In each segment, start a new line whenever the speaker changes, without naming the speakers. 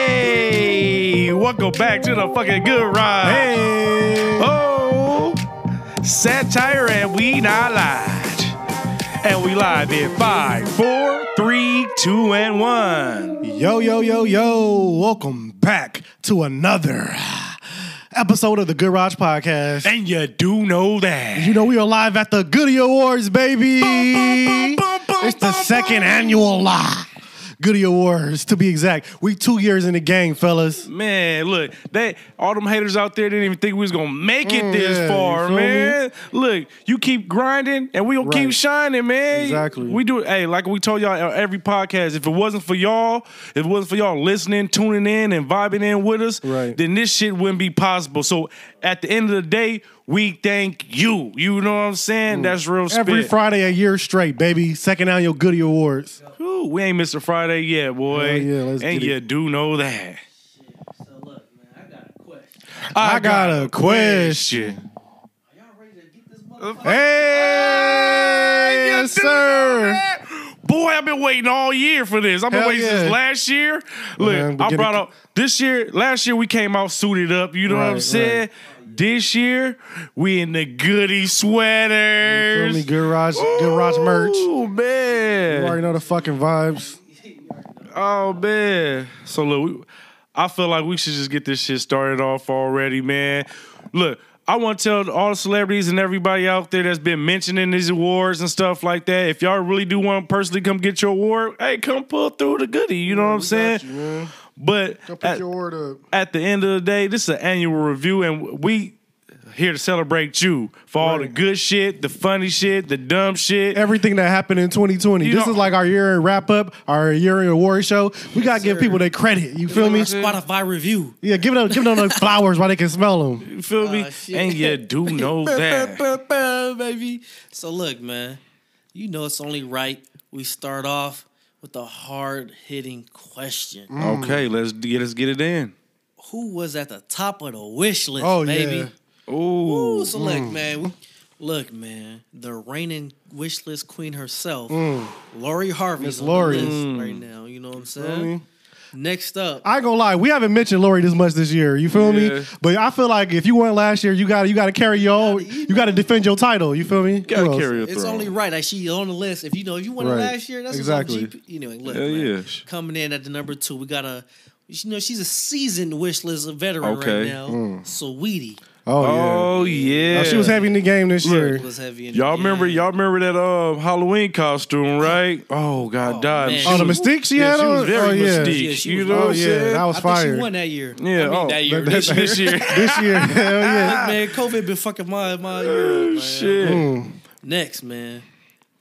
Hey, welcome back to the fucking good ride.
Hey.
Oh, satire and we not lied, and we live in five, four, three, two, and one.
Yo, yo, yo, yo. Welcome back to another episode of the Good Garage Podcast.
And you do know that.
You know, we are live at the Goody Awards, baby.
boom, boom, boom,
It's the
boom,
second
boom.
annual live Goody Awards, to be exact. We two years in the game, fellas.
Man, look, that all them haters out there didn't even think we was gonna make it
Mm,
this
yeah, you
far,
feel me?
man. Look, you keep grinding and we gonna keep
Right.
shining, man.
Exactly.
We do hey, like we told y'all on every podcast, if it wasn't for y'all, if it wasn't for y'all listening, tuning in, and vibing in with us,
Right.
then this shit wouldn't be possible. So at the end of the day, we thank you. You know what I'm saying? That's real spit.
Mm. Every Friday, a year straight, baby. Second annual Goody Awards.
Ooh, we ain't Mr. Friday yet, boy.
Hell yeah, let's
and
get it.
you do know that.
So look, man, I got a question.
I got a question.
Are y'all ready to get this motherfucker?
Hey, yes, sir.
Boy, I've been waiting all year for this. I've been
Hell
waiting
yeah.
since last year. Look,
Man, we
I
get
brought
it-
up this year. Last year we came out suited up. You know what
Right,
I'm
right.
saying? This year we in the goody
Feel
sweaters.
me? Garage, garage merch.
Ooh,
You
man.
already know the fucking vibes.
Oh man. So look, we, I feel like we should just get this shit started off already, man. Look, I want to tell all the celebrities and everybody out there that's been mentioning these awards and stuff like that. If y'all really do want to personally come get your award, hey, come pull through the goodie. You know what I'm saying? But at,
word up.
at the end of the day, this is an annual review, and we here to celebrate you for all the
Right.
good shit, the funny shit, the dumb shit.
Everything that happened in 2020.
You
this
know-
is like our year end wrap up, our year end award show. We gotta give
sir.
people their credit. You feel me?
Spotify review.
Yeah, give them give them those flowers while they can smell them.
You feel me?
Oh, shit.
and you do know that.
baby. So look, man, you know it's only right we start off with a hard hitting question.
Mm.
Okay, let's get let's get it in.
Who was at the top of the wish list,
Oh,
baby?
yeah. Mm.
Ooh,
Ooh, so look, man. we- Look, man, the reigning wish list queen herself, Lori Harvey,
Mm. Miss
is on
Lori.
the list right now. You know what I'm saying? Next up,
I ain't gonna lie, we haven't mentioned Lori this much this year. You feel
Yeah.
me? But I feel like if you won last year, you gotta you gotta carry your own, you gotta defend your title. You feel me?
gotta
Who else?
carry a
It's
throne.
only right that she on the list. If you know if you won it
Right.
last year, that's
Exactly.
exactly. GP. You know, look,
Hell
man,
yeah.
coming in at the number two, we got a. You know, she's a seasoned wish list veteran
Okay. Hmm.
right now. Sweetie
Oh yeah.
oh yeah.
Oh, she was heavy in the game this year.
was heavy. In the
Y'all
game.
remember? Y'all remember that um, Halloween costume, right? Oh God,
Oh,
died.
man.
She
Oh, the
was-
mystique she
yeah,
had
she
on.
was very
oh yeah,
mystique.
Yeah, she
you
was-
know
oh
what I'm
yeah,
saying?
that was
I think
fire.
she won that year.
yeah,
I mean,
oh,
that year.
that-
this year.
this year.
this year, hell yeah.
man, COVID been fucking my my year. up, man.
Oh, Shit.
Mm. Next, man,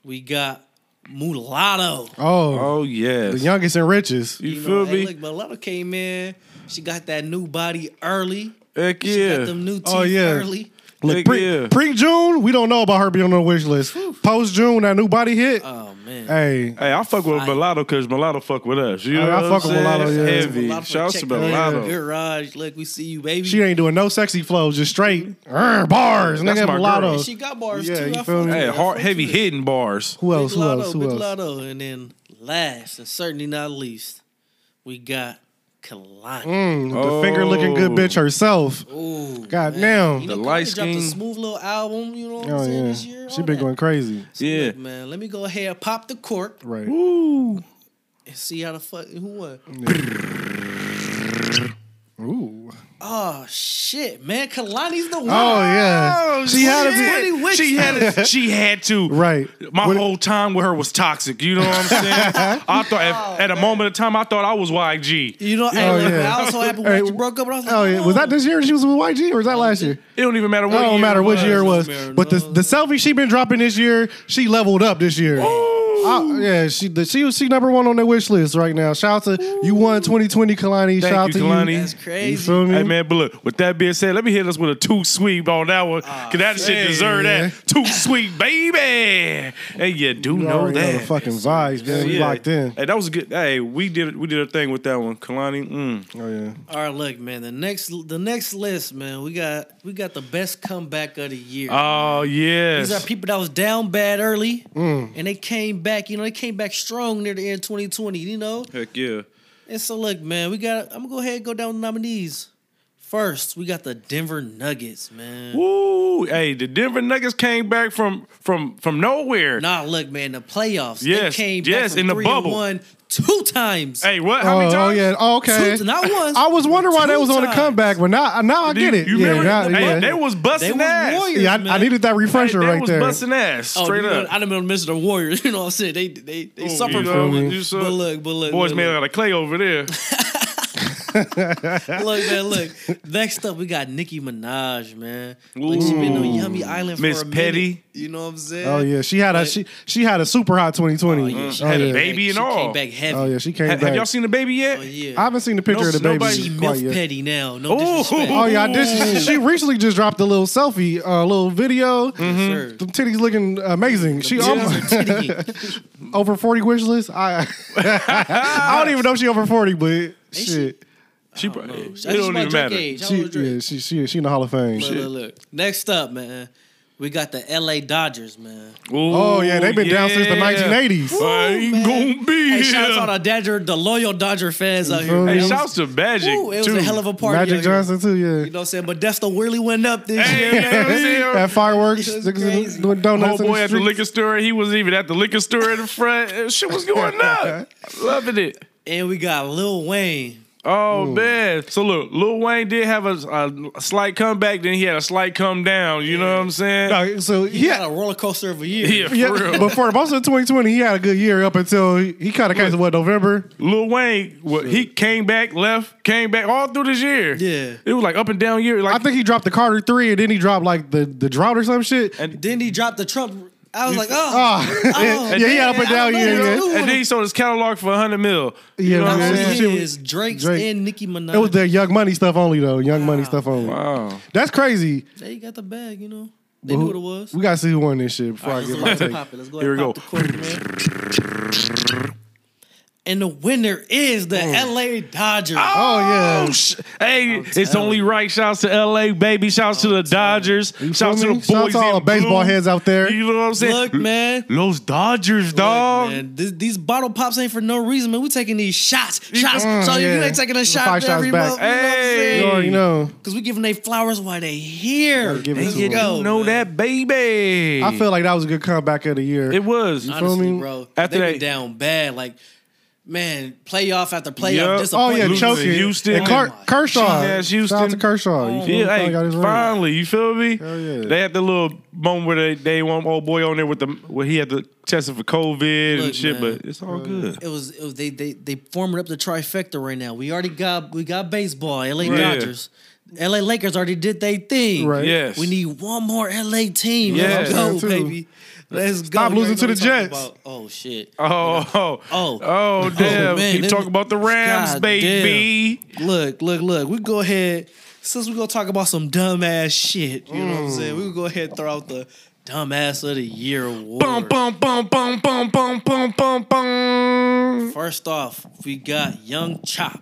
we got Mulatto.
Oh,
Oh yes.
the youngest and richest.
you,
You know,
feel
hey,
me?
Look, Mulatto came in. She got that new body early.
Heck
She
yeah.
got them new teeth
Oh, yeah.
early.
Heck
Look,
yeah.
pre pre June, we don't know about her being on the wish list. Post June, that new body hit.
Oh man.
hey,
Hey, I fuck with
Fire.
Mulatto because Mulatto fuck with us. You
I-
know
I
what
fuck
I'm
with Mulatto,
saying?
yeah.
Heavy.
Mulatto for
Shouts to
checking in.
Mulatto.
Garage, look, we see you, baby.
she ain't doing no sexy flows, just straight "Arr, bars.
That's
Nigga,
my
mulatto.
girl.
she got bars
Yeah,
too.
you
I
feel
fuck
me?
with
Hey,
her. I
hard,
fuck
heavy
with her.
hitting bars.
Who else?
Big
Who
Lotto,
else? Who
Big
else?
Lotto, and then last and certainly not least, we got Kalani.
Mm,
Oh.
The finger looking good bitch herself.
Ooh,
God
man.
damn.
You
The
know, Kalani
light
dropped a
skin.
smooth little album. You know what I'm
Oh
saying?
yeah,
This year,
she
all
been
that.
going crazy.
So
Yeah.
look, man. Let me go ahead, and pop the cork,
Right.
Ooh.
and see how the fuck who won.
Mm. Ooh.
Oh shit, man, Kalani's the one.
Oh yeah.
Oh,
she had to
shit.
be
Pretty wish
She had. To, she had to.
right.
My
What-
whole time with her was toxic. You know what I'm
Oh,
saying? I thought at, at a moment of time I thought I was YG.
You know, hey,
Oh,
look,
yeah.
man, I was so happy when
Hey,
you broke up. And I was like,
Oh yeah. Was that this year she was with YG or was that last year?
It don't even matter
It
what.
don't
year
matter
it
which
was.
year it was.
Matter
But the
none.
the selfie she been dropping this year, she leveled up this year. I- yeah, she the, she was- she number one on their wish list right now. Shout out to you won 2020, Kalani.
Thank
Shout
you,
out to
Kalani.
you.
That's crazy.
You feel me?
Hey man, but look. With that being said, let me hit us with a two sweep on that one.
Ah,
Cause that shit
man.
deserve that two sweep, baby. Hey, you do
You
know
already know
that.
the fucking vibes, man. We
Yeah.
locked in.
Hey, that was good. Hey, we did we did our thing with that one, Kalani. Mm.
Oh yeah.
All right, look, man. The next, the next list, man. We got, we got the best comeback of the year.
Oh
These are
yes.
people that was down bad
Mm.
early, and they came back. You know, they came back strong near the end of 2020. You know,
Heck yeah.
And so look, man, we got. I'm gonna go ahead and go down the nominees. First, we got the Denver Nuggets, man.
Woo! Hey, the Denver Nuggets came back from from from nowhere.
Nah, look, man, the playoffs.
Yes,
they came
yes,
back from
in the
three to
bubble.
one two times.
Hey, what? How
oh,
many
oh,
times?
yeah. Oh, okay.
Two- not once.
I was wondering why they was on the
Two
comeback, but now now I
Do
get it.
You
yeah,
remember?
now-
hey,
yeah.
they was
They
busting
was
ass.
warriors,
yeah, I, I
man.
needed that
Hey,
refresher
they
right
was
there.
busting ass
Oh,
straight
you know,
up.
I done been mention the Warriors. You know what I'm saying? They they they
Ooh,
suffer
you
from
know,
it.
you saw-
But look, but look,
Boys,
but
man, I
look.
got a clay over there.
look, man, look. Next up, we got Nicki Minaj, man. Like she been on Yummy Island
Miss
for a
Petty.
minute. You know what I'm saying?
Oh yeah, she had a
Like-
she she had a super hot 2020.
Oh, yeah, she
Oh,
Mm-hmm. had a
yeah.
baby. and
she
all.
Came back heavy.
Oh yeah, she came
have,
back.
have y'all seen the baby yet?
Oh, yeah.
I haven't seen the picture
No-
of the baby
nobody-
she
quite
milf
yet.
petty now. No
Ooh.
disrespect.
Oh yeah, I did. She recently just dropped a little selfie, a little video.
Mm-hmm.
Sir.
The titties looking amazing. She almost,
Titties are titty.
over 40 wish list. I I don't even know if she over 40, but
she?
shit.
She pro-
Oh, No,
it
that's
don't
my
even
drink
matter.
age. I
She,
was drink.
yeah, she she she in the Hall of Fame.
Look, look, look. Next up, man, we got the L.A. Dodgers, man.
Oh, yeah, they been down since the
yeah.
1980s.
I ain't
Woo, Oh, man.
gonna be
Hey,
here.
shout out to the Dodger, the loyal Dodger fans out
feel
here.
me?
Hey,
That
shouts to Magic.
Ooh, it was
too.
a hell of a party.
Magic
out here.
Johnson too, yeah.
You know what I'm saying? But Defto really went up this
Hey,
year.
man, you see him?
At fireworks,
It's
niggas
crazy.
doing donuts. in
Homeboy at the
streets.
liquor store. He was even at the liquor store in the front. Uh, Shit was going up. Loving it.
And we got Lil Wayne.
Oh man! So look, Lil Wayne did have a, a slight comeback. Then he had a slight come down. You know what I'm saying?
No, Uh, so
He
yeah,
had a roller coaster of a year.
Yeah, for
yeah.
real.
But for most of 2020, he had a good year up until he, he kind of came to what November.
Lil Wayne, what, he came back, left, came back all through this year.
Yeah.
it was like up and down year. Like
I think he dropped the Carter three, and then he dropped like the the drought or some shit.
and
Then he dropped the Trump. I was like,
Ah,
oh,
yeah, he had up
man,
and down
I don't
year.
know what
Yeah.
to do.
and then he sold his catalog for hundred mil. You
Yeah,
know what
Not
I'm
man.
only
saying?
Shit was-
his, Drake's
Drake.
and Nicki Minaj.
It was the Young Money stuff only though. Young Money stuff only.
Oh.
Wow.
That's crazy.
They got the bag, you know. They
But
knew
who-
what it was.
We gotta see who won this shit before I
Alright,
get
let's
my
go ahead and
take.
pop it. Let's go
Here we
ahead and pop the cork, man. And the winner is the LA Dodgers.
Oh yeah,
sh- hey, it's
telling
only right. Shouts to LA, baby. Shouts to the Dodgers.
You
Shouts to the
feel me?
boys.
Shout out to all
in
the baseball
blue.
heads out there.
You know what I'm saying?
Look, man.
Those Dodgers, dog.
Look, man, th- these bottle pops ain't for no reason, man. We taking these shots, shots.
Mm,
so you
yeah.
ain't taking a
Five
shot
shots
every
back.
month.
Hey.
You already know.
because we giving they flowers while they here.
Gotta give it
Let's
to 'em.
go,
you know
man.
that, baby.
I feel like that was a good comeback of the year.
it was.
feel
Honestly,
me?
bro.
After
they
that-
been down bad, like man, playoff after playoff
Yeah.
Oh
disappointment.
yeah,
Losing
choking
Houston.
and Car-
Oh, my
Kershaw.
cheating ass
Shout out to
Houston. Oh.
Kershaw. You feel
Yeah,
me?
hey,
Finally got his ring.
finally, you feel me?
Hell yeah.
They had the little moment where they, they want old boy on there with the where he had to test it for COVID and
Look,
shit,
man.
but it's all good.
It was, it was they they they forming up the trifecta right now. We already got we got baseball, LA
Right.
Dodgers. LA Lakers already did their thing.
Right.
Yes.
We need one more LA team.
Yes.
Let's go,
Too.
baby. Let's go.
Stop
You already
losing to the
know what I'm
Jets.
talking about. Oh shit.
Oh, oh,
Oh.
oh, damn!
man,
Keep
this-
talking about the Rams,
God
baby.
Look, look, look. We go ahead. Since we gonna talk about some dumbass shit, you know what
Mm.
I'm saying? We gonna go ahead and throw out the dumbass of the year award.
Bum, bum, bum, bum, bum, bum, bum, bum, bum.
First off, we got Young Chop.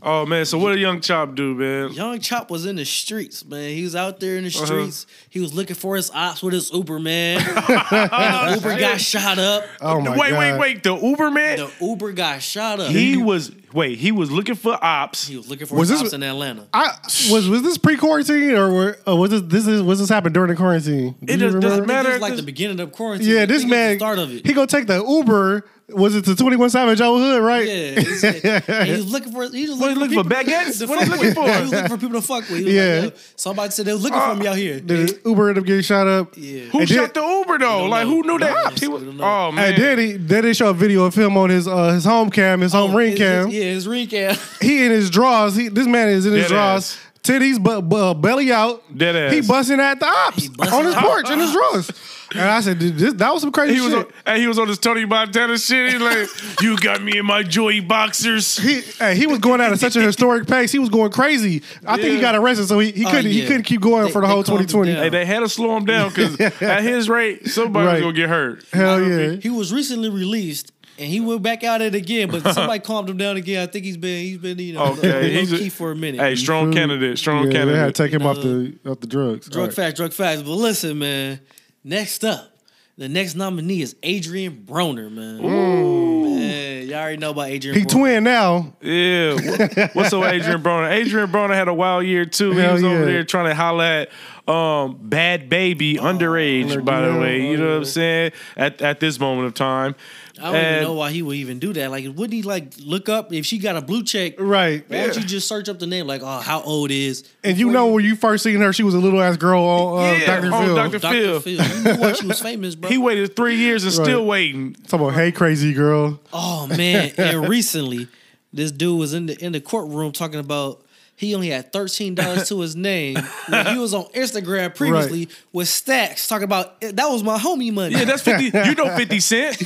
Oh man, so what a young chop do, man?
Young Chop was in the streets, man. He was out there in the streets. He was looking for his ops with his Uber man. And the Uber got shot up.
Oh my
wait,
god.
wait, wait! The Uber man,
The Uber got shot up.
he was wait, he was looking for ops.
He was looking for
Was
his
this-
ops in Atlanta.
I was was this pre quarantine or were, uh, was this this is was this happened during the quarantine? Do
It
you
does-
remember?
doesn't
This
matter.
is like the beginning of quarantine.
Yeah,
I
this
think it's
man
the start of it.
He gonna take the Uber. Was it to Twenty One Savage Old Hood? Right.
Yeah, it's- and he was looking for. He was
What
looking,
he looking for,
people-
baguettes?
to
What he
fuck
looking
with.
for?
He was looking for people to fuck with. He was
Yeah.
like, Yo, somebody said they was looking for me out here.
The Uber ended up getting shot up.
Yeah.
Who
And
shot
then-
the Uber though?
don't
Like
know.
who knew
We don't
that?
know.
He was-
We don't know.
oh man,
And then he then they show a video of him on his uh, his home cam, his
Oh,
home ring
His-
cam.
his- Yeah, his ring cam.
He in his drawers. He this man is in his
Dead
drawers.
ass.
Titties, but bu- belly out.
Dead ass.
He busting at the ops
busting
on his
at
porch in his drawers. And I said, "Dude, this, that was some crazy
He was
shit.
on, and he was on this Tony Montana shit. He's like, "You got me in my Joey boxers."
he, hey, he was going out at such a historic pace. He was going crazy. I think he
Yeah.
got arrested, so he, he couldn't he
Oh, yeah.
couldn't keep going
They-
for the
they
whole
calmed him
2020.
down.
Hey, they had to slow him down because at his rate, somebody's
Right.
gonna get hurt.
Hell yeah!
He was recently released. And he went back out at it again, but somebody calmed him down again. I think he's been he's been you know
Okay, he's
low
a-
key for a minute.
Hey, strong candidate, strong
yeah, they
candidate.
had to take him
You
off the off the drugs.
Uh, drug
All right.
facts, drug facts. But listen, man. Next up, the next nominee is Adrian Broner, man. Man, y'all already know about Adrian.
He
Broner.
twin now.
Yeah. Wha- What's up, Adrian Broner? Adrian Broner had a wild year too. he
Hell
was over
yeah.
there trying to holler at um, Bad Baby, underage, by the
yeah,
way. You know what I'm saying? At at this moment of time.
I don't
And-
even know why he would even do that. Like, wouldn't he like look up if she got a blue check?
Right.
Why don't you just search up the name? Like, oh, how old is
And you know when you first seen her, she was a little ass girl on uh,
Yeah,
Dr.
on
Phil.
Dr. Phil.
Dr. Phil? You knew why she was famous, bro.
He waited three years and still
Right.
waiting.
Talking about hey crazy girl.
Oh man! and recently, this dude was in the in the courtroom talking about he only had thirteen dollars to his name. when he was on Instagram previously with stacks talking about that was my homie money.
Yeah, that's fifty. you know, Fifty Cent.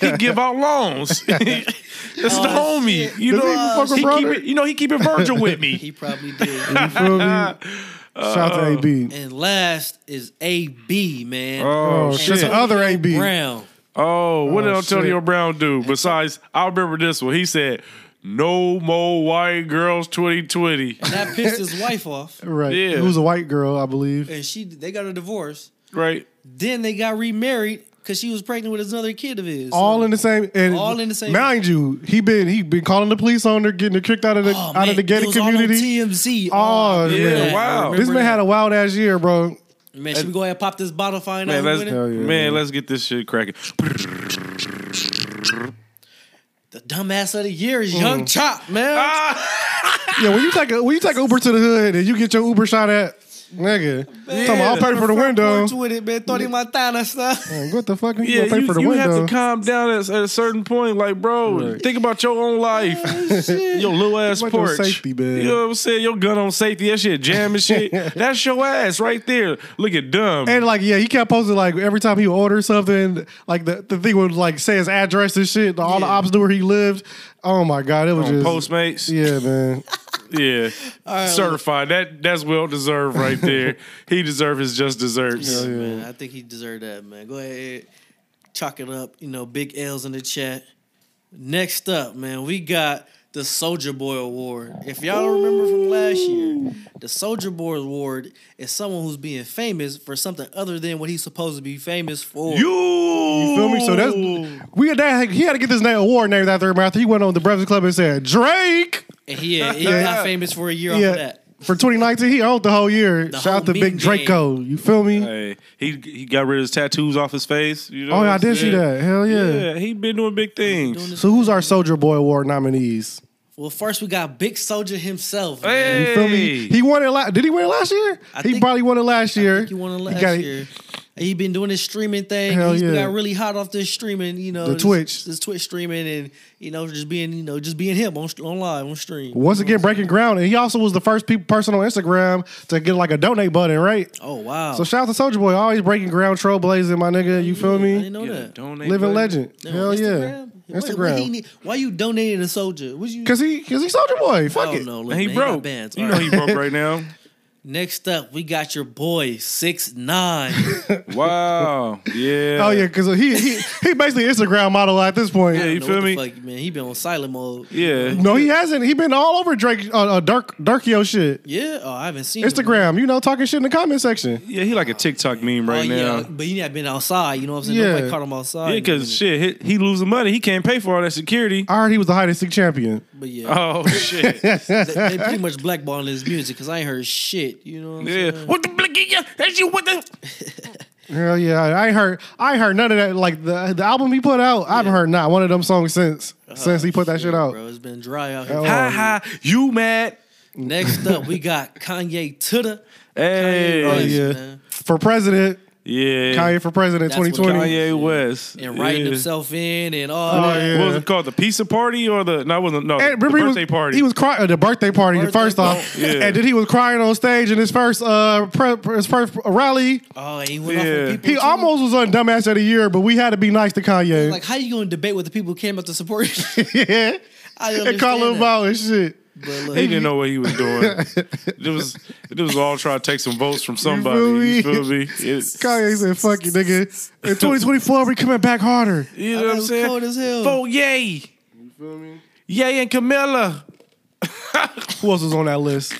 He give out loans. that's the
Oh,
homie.
shit.
You
Does he even
know,
fuck with
he keep
Broner?
it, you know he keeping Virgil with me.
he probably did.
You feel me? Shout out to
Uh,
AB.
and last is AB man.
Oh,
Oh,
shit.
shit. Other AB.
Brown.
Oh, what did
Oh,
Antonio
shit.
Brown do? Besides, I remember this one. He said, "No more white girls 2020."
That pissed his wife off,
Right.
Yeah.
It was a white girl, I believe.
and she they got a divorce.
Right?
Then they got remarried because she was pregnant with another kid of his.
All in the same and
All in the same-
Mind you, he been he been calling the police on her, getting her kicked out of the
Oh,
out
man,
of the
it
gated
was all on
community.
TMZ.
Oh,
Yeah,
man.
wow.
This man had a wild ass year, bro.
Man, should we go ahead and pop this bottle, find
Man,
out who
let's
win it?
Hell yeah.
man, let's get this shit cracking.
The dumbass of the year
Mm.
is Young Chop, man.
Ah,
Yeah, when you take a, when you take Uber to the hood and you get your Uber shot at, nigga. Talking about, I'll pay for the window.
Points with it, man. Tony Montana stuff.
Man, What the fuck? You
Yeah,
gonna pay
you,
for the
you
window?
have to calm down at, at a certain point. Like, bro,
Right.
think about your own life. your little ass
about your
porch.
safety, man.
You know what I'm saying? Your gun on safety, that shit jam and shit. That's your ass right there. Look at dumb.
And like, yeah, he kept posting like every time he would order something, like the, the thing would like say his address and shit. All the
Yeah.
ops knew where he lived. Oh my god, it was
on
just
Postmates.
Yeah, man.
Yeah. Certified. That that's well deserved right there. he deserved his just desserts.
Man, I think he deserved that, man. Go ahead, chalk it up. You know, big L's in the chat. Next up, man, we got the Soldier Boy Award. If y'all don't remember from last year, the Soldier Boy Award is someone who's being famous for something other than what he's supposed to be famous for.
You,
Feel me? So that's we had that he had to get this name award named after him after he went on the Breakfast Club and said Drake.
and he, he
Yeah.
got famous for a year off of
Yeah.
that.
For 2019, he owned the whole year.
The
Shout
whole
out to Big
meme game.
Draco. You feel me?
Hey, he he got rid of his tattoos off his face. You know
oh,
what
yeah, I
I'm
did see
saying?
that. Hell yeah.
Yeah, he been doing big
Doing
things.
this-
So who's our Soldier Boy Award nominees?
Well, first we got Big Soldier himself. man.
Hey,
You feel me? He won it. La- did he win it last year?
I
he
think-
probably won it last year.
He won it last
got it-
year. He been doing his streaming thing.
Hell
He's
yeah.
got really hot off this streaming, you know,
The
this-
Twitch.
this Twitch streaming, and you know, just being, you know, just being him on on live on stream.
Once again, breaking ground, and he also was the first pe- person on Instagram to get like a donate button, right?
Oh wow!
So shout out to Soldier Boy, always breaking ground, trailblazing, my nigga. You feel
I
me?
didn't know that.
Donate money.
Living legend,
No,
hell
Instagram?
yeah,
Why- Why, he
Instagram.
need- why you donating a soldier? Was you?
Cause he, cause he Soldier Boy.
I
Fuck
don't
it.
know.
And
Look,
he
man, he got
broke.
bands.
You
All
know
right.
he broke right now.
Next up, we got your boy six nine.
Wow. Yeah.
Oh yeah, cause he he, he basically Instagram model at this point.
Yeah, you feel me?
Fuck, man, he been on silent mode.
Yeah.
no, he hasn't. He been all over Drake, uh, uh, Dark Darkio shit.
Yeah. Oh, I haven't seen him.
Instagram, you know, talking shit in the comment section.
Yeah, he like a TikTok meme
Oh,
right
yeah, Oh,
now.
but he not been outside. You know what I'm saying?
Yeah.
Nobody caught him outside.
Yeah, because shit, he, he losing money. He can't pay for all that security.
I heard he was the hide and seek champion.
But yeah.
Oh shit. yeah.
they, they pretty much blackballing his music because I ain't heard shit. You know what I'm saying?
What the blicky? Yeah, that's you. What the?
Hell yeah, I ain't heard I ain't heard none of that. Like the the album he put out, I haven't heard not one of them songs since since he put that shit out.
Oh, Bro, it's been dry out
Oh.
here.
Ha ha. You mad?
Next up, we got Kanye Tuda.
Hey.
Oh,
West,
yeah.
man.
For president,
Yeah.
Kanye for president,
That's what
twenty twenty.
Kanye West.
And writing
yeah.
himself in and all
Oh,
that.
yeah.
What was it called? The pizza party or the? No, it wasn't. No, the
he was,
birthday party.
He was crying at the birthday party
Birthday
first
party.
off,
Yeah.
and then he was crying on stage in his first uh pre, his first rally.
Oh, and he went off
Yeah.
on people.
He
too.
almost was on dumbass of the year, but we had to be nice to Kanye
Like, how you going to debate with the people who came up to support you?
yeah.
I
and call him
that.
out and shit.
But look,
He didn't know what he was doing. it was it was all trying to take some votes from somebody.
me?
You feel me? It-
Kanye said, "Fuck you, nigga." In twenty twenty four, we coming back harder.
you
I
know what
thought it
I'm
was
saying?
cold as hell.
For Yay. You feel me? Yay and Camilla.
Who else was on that list?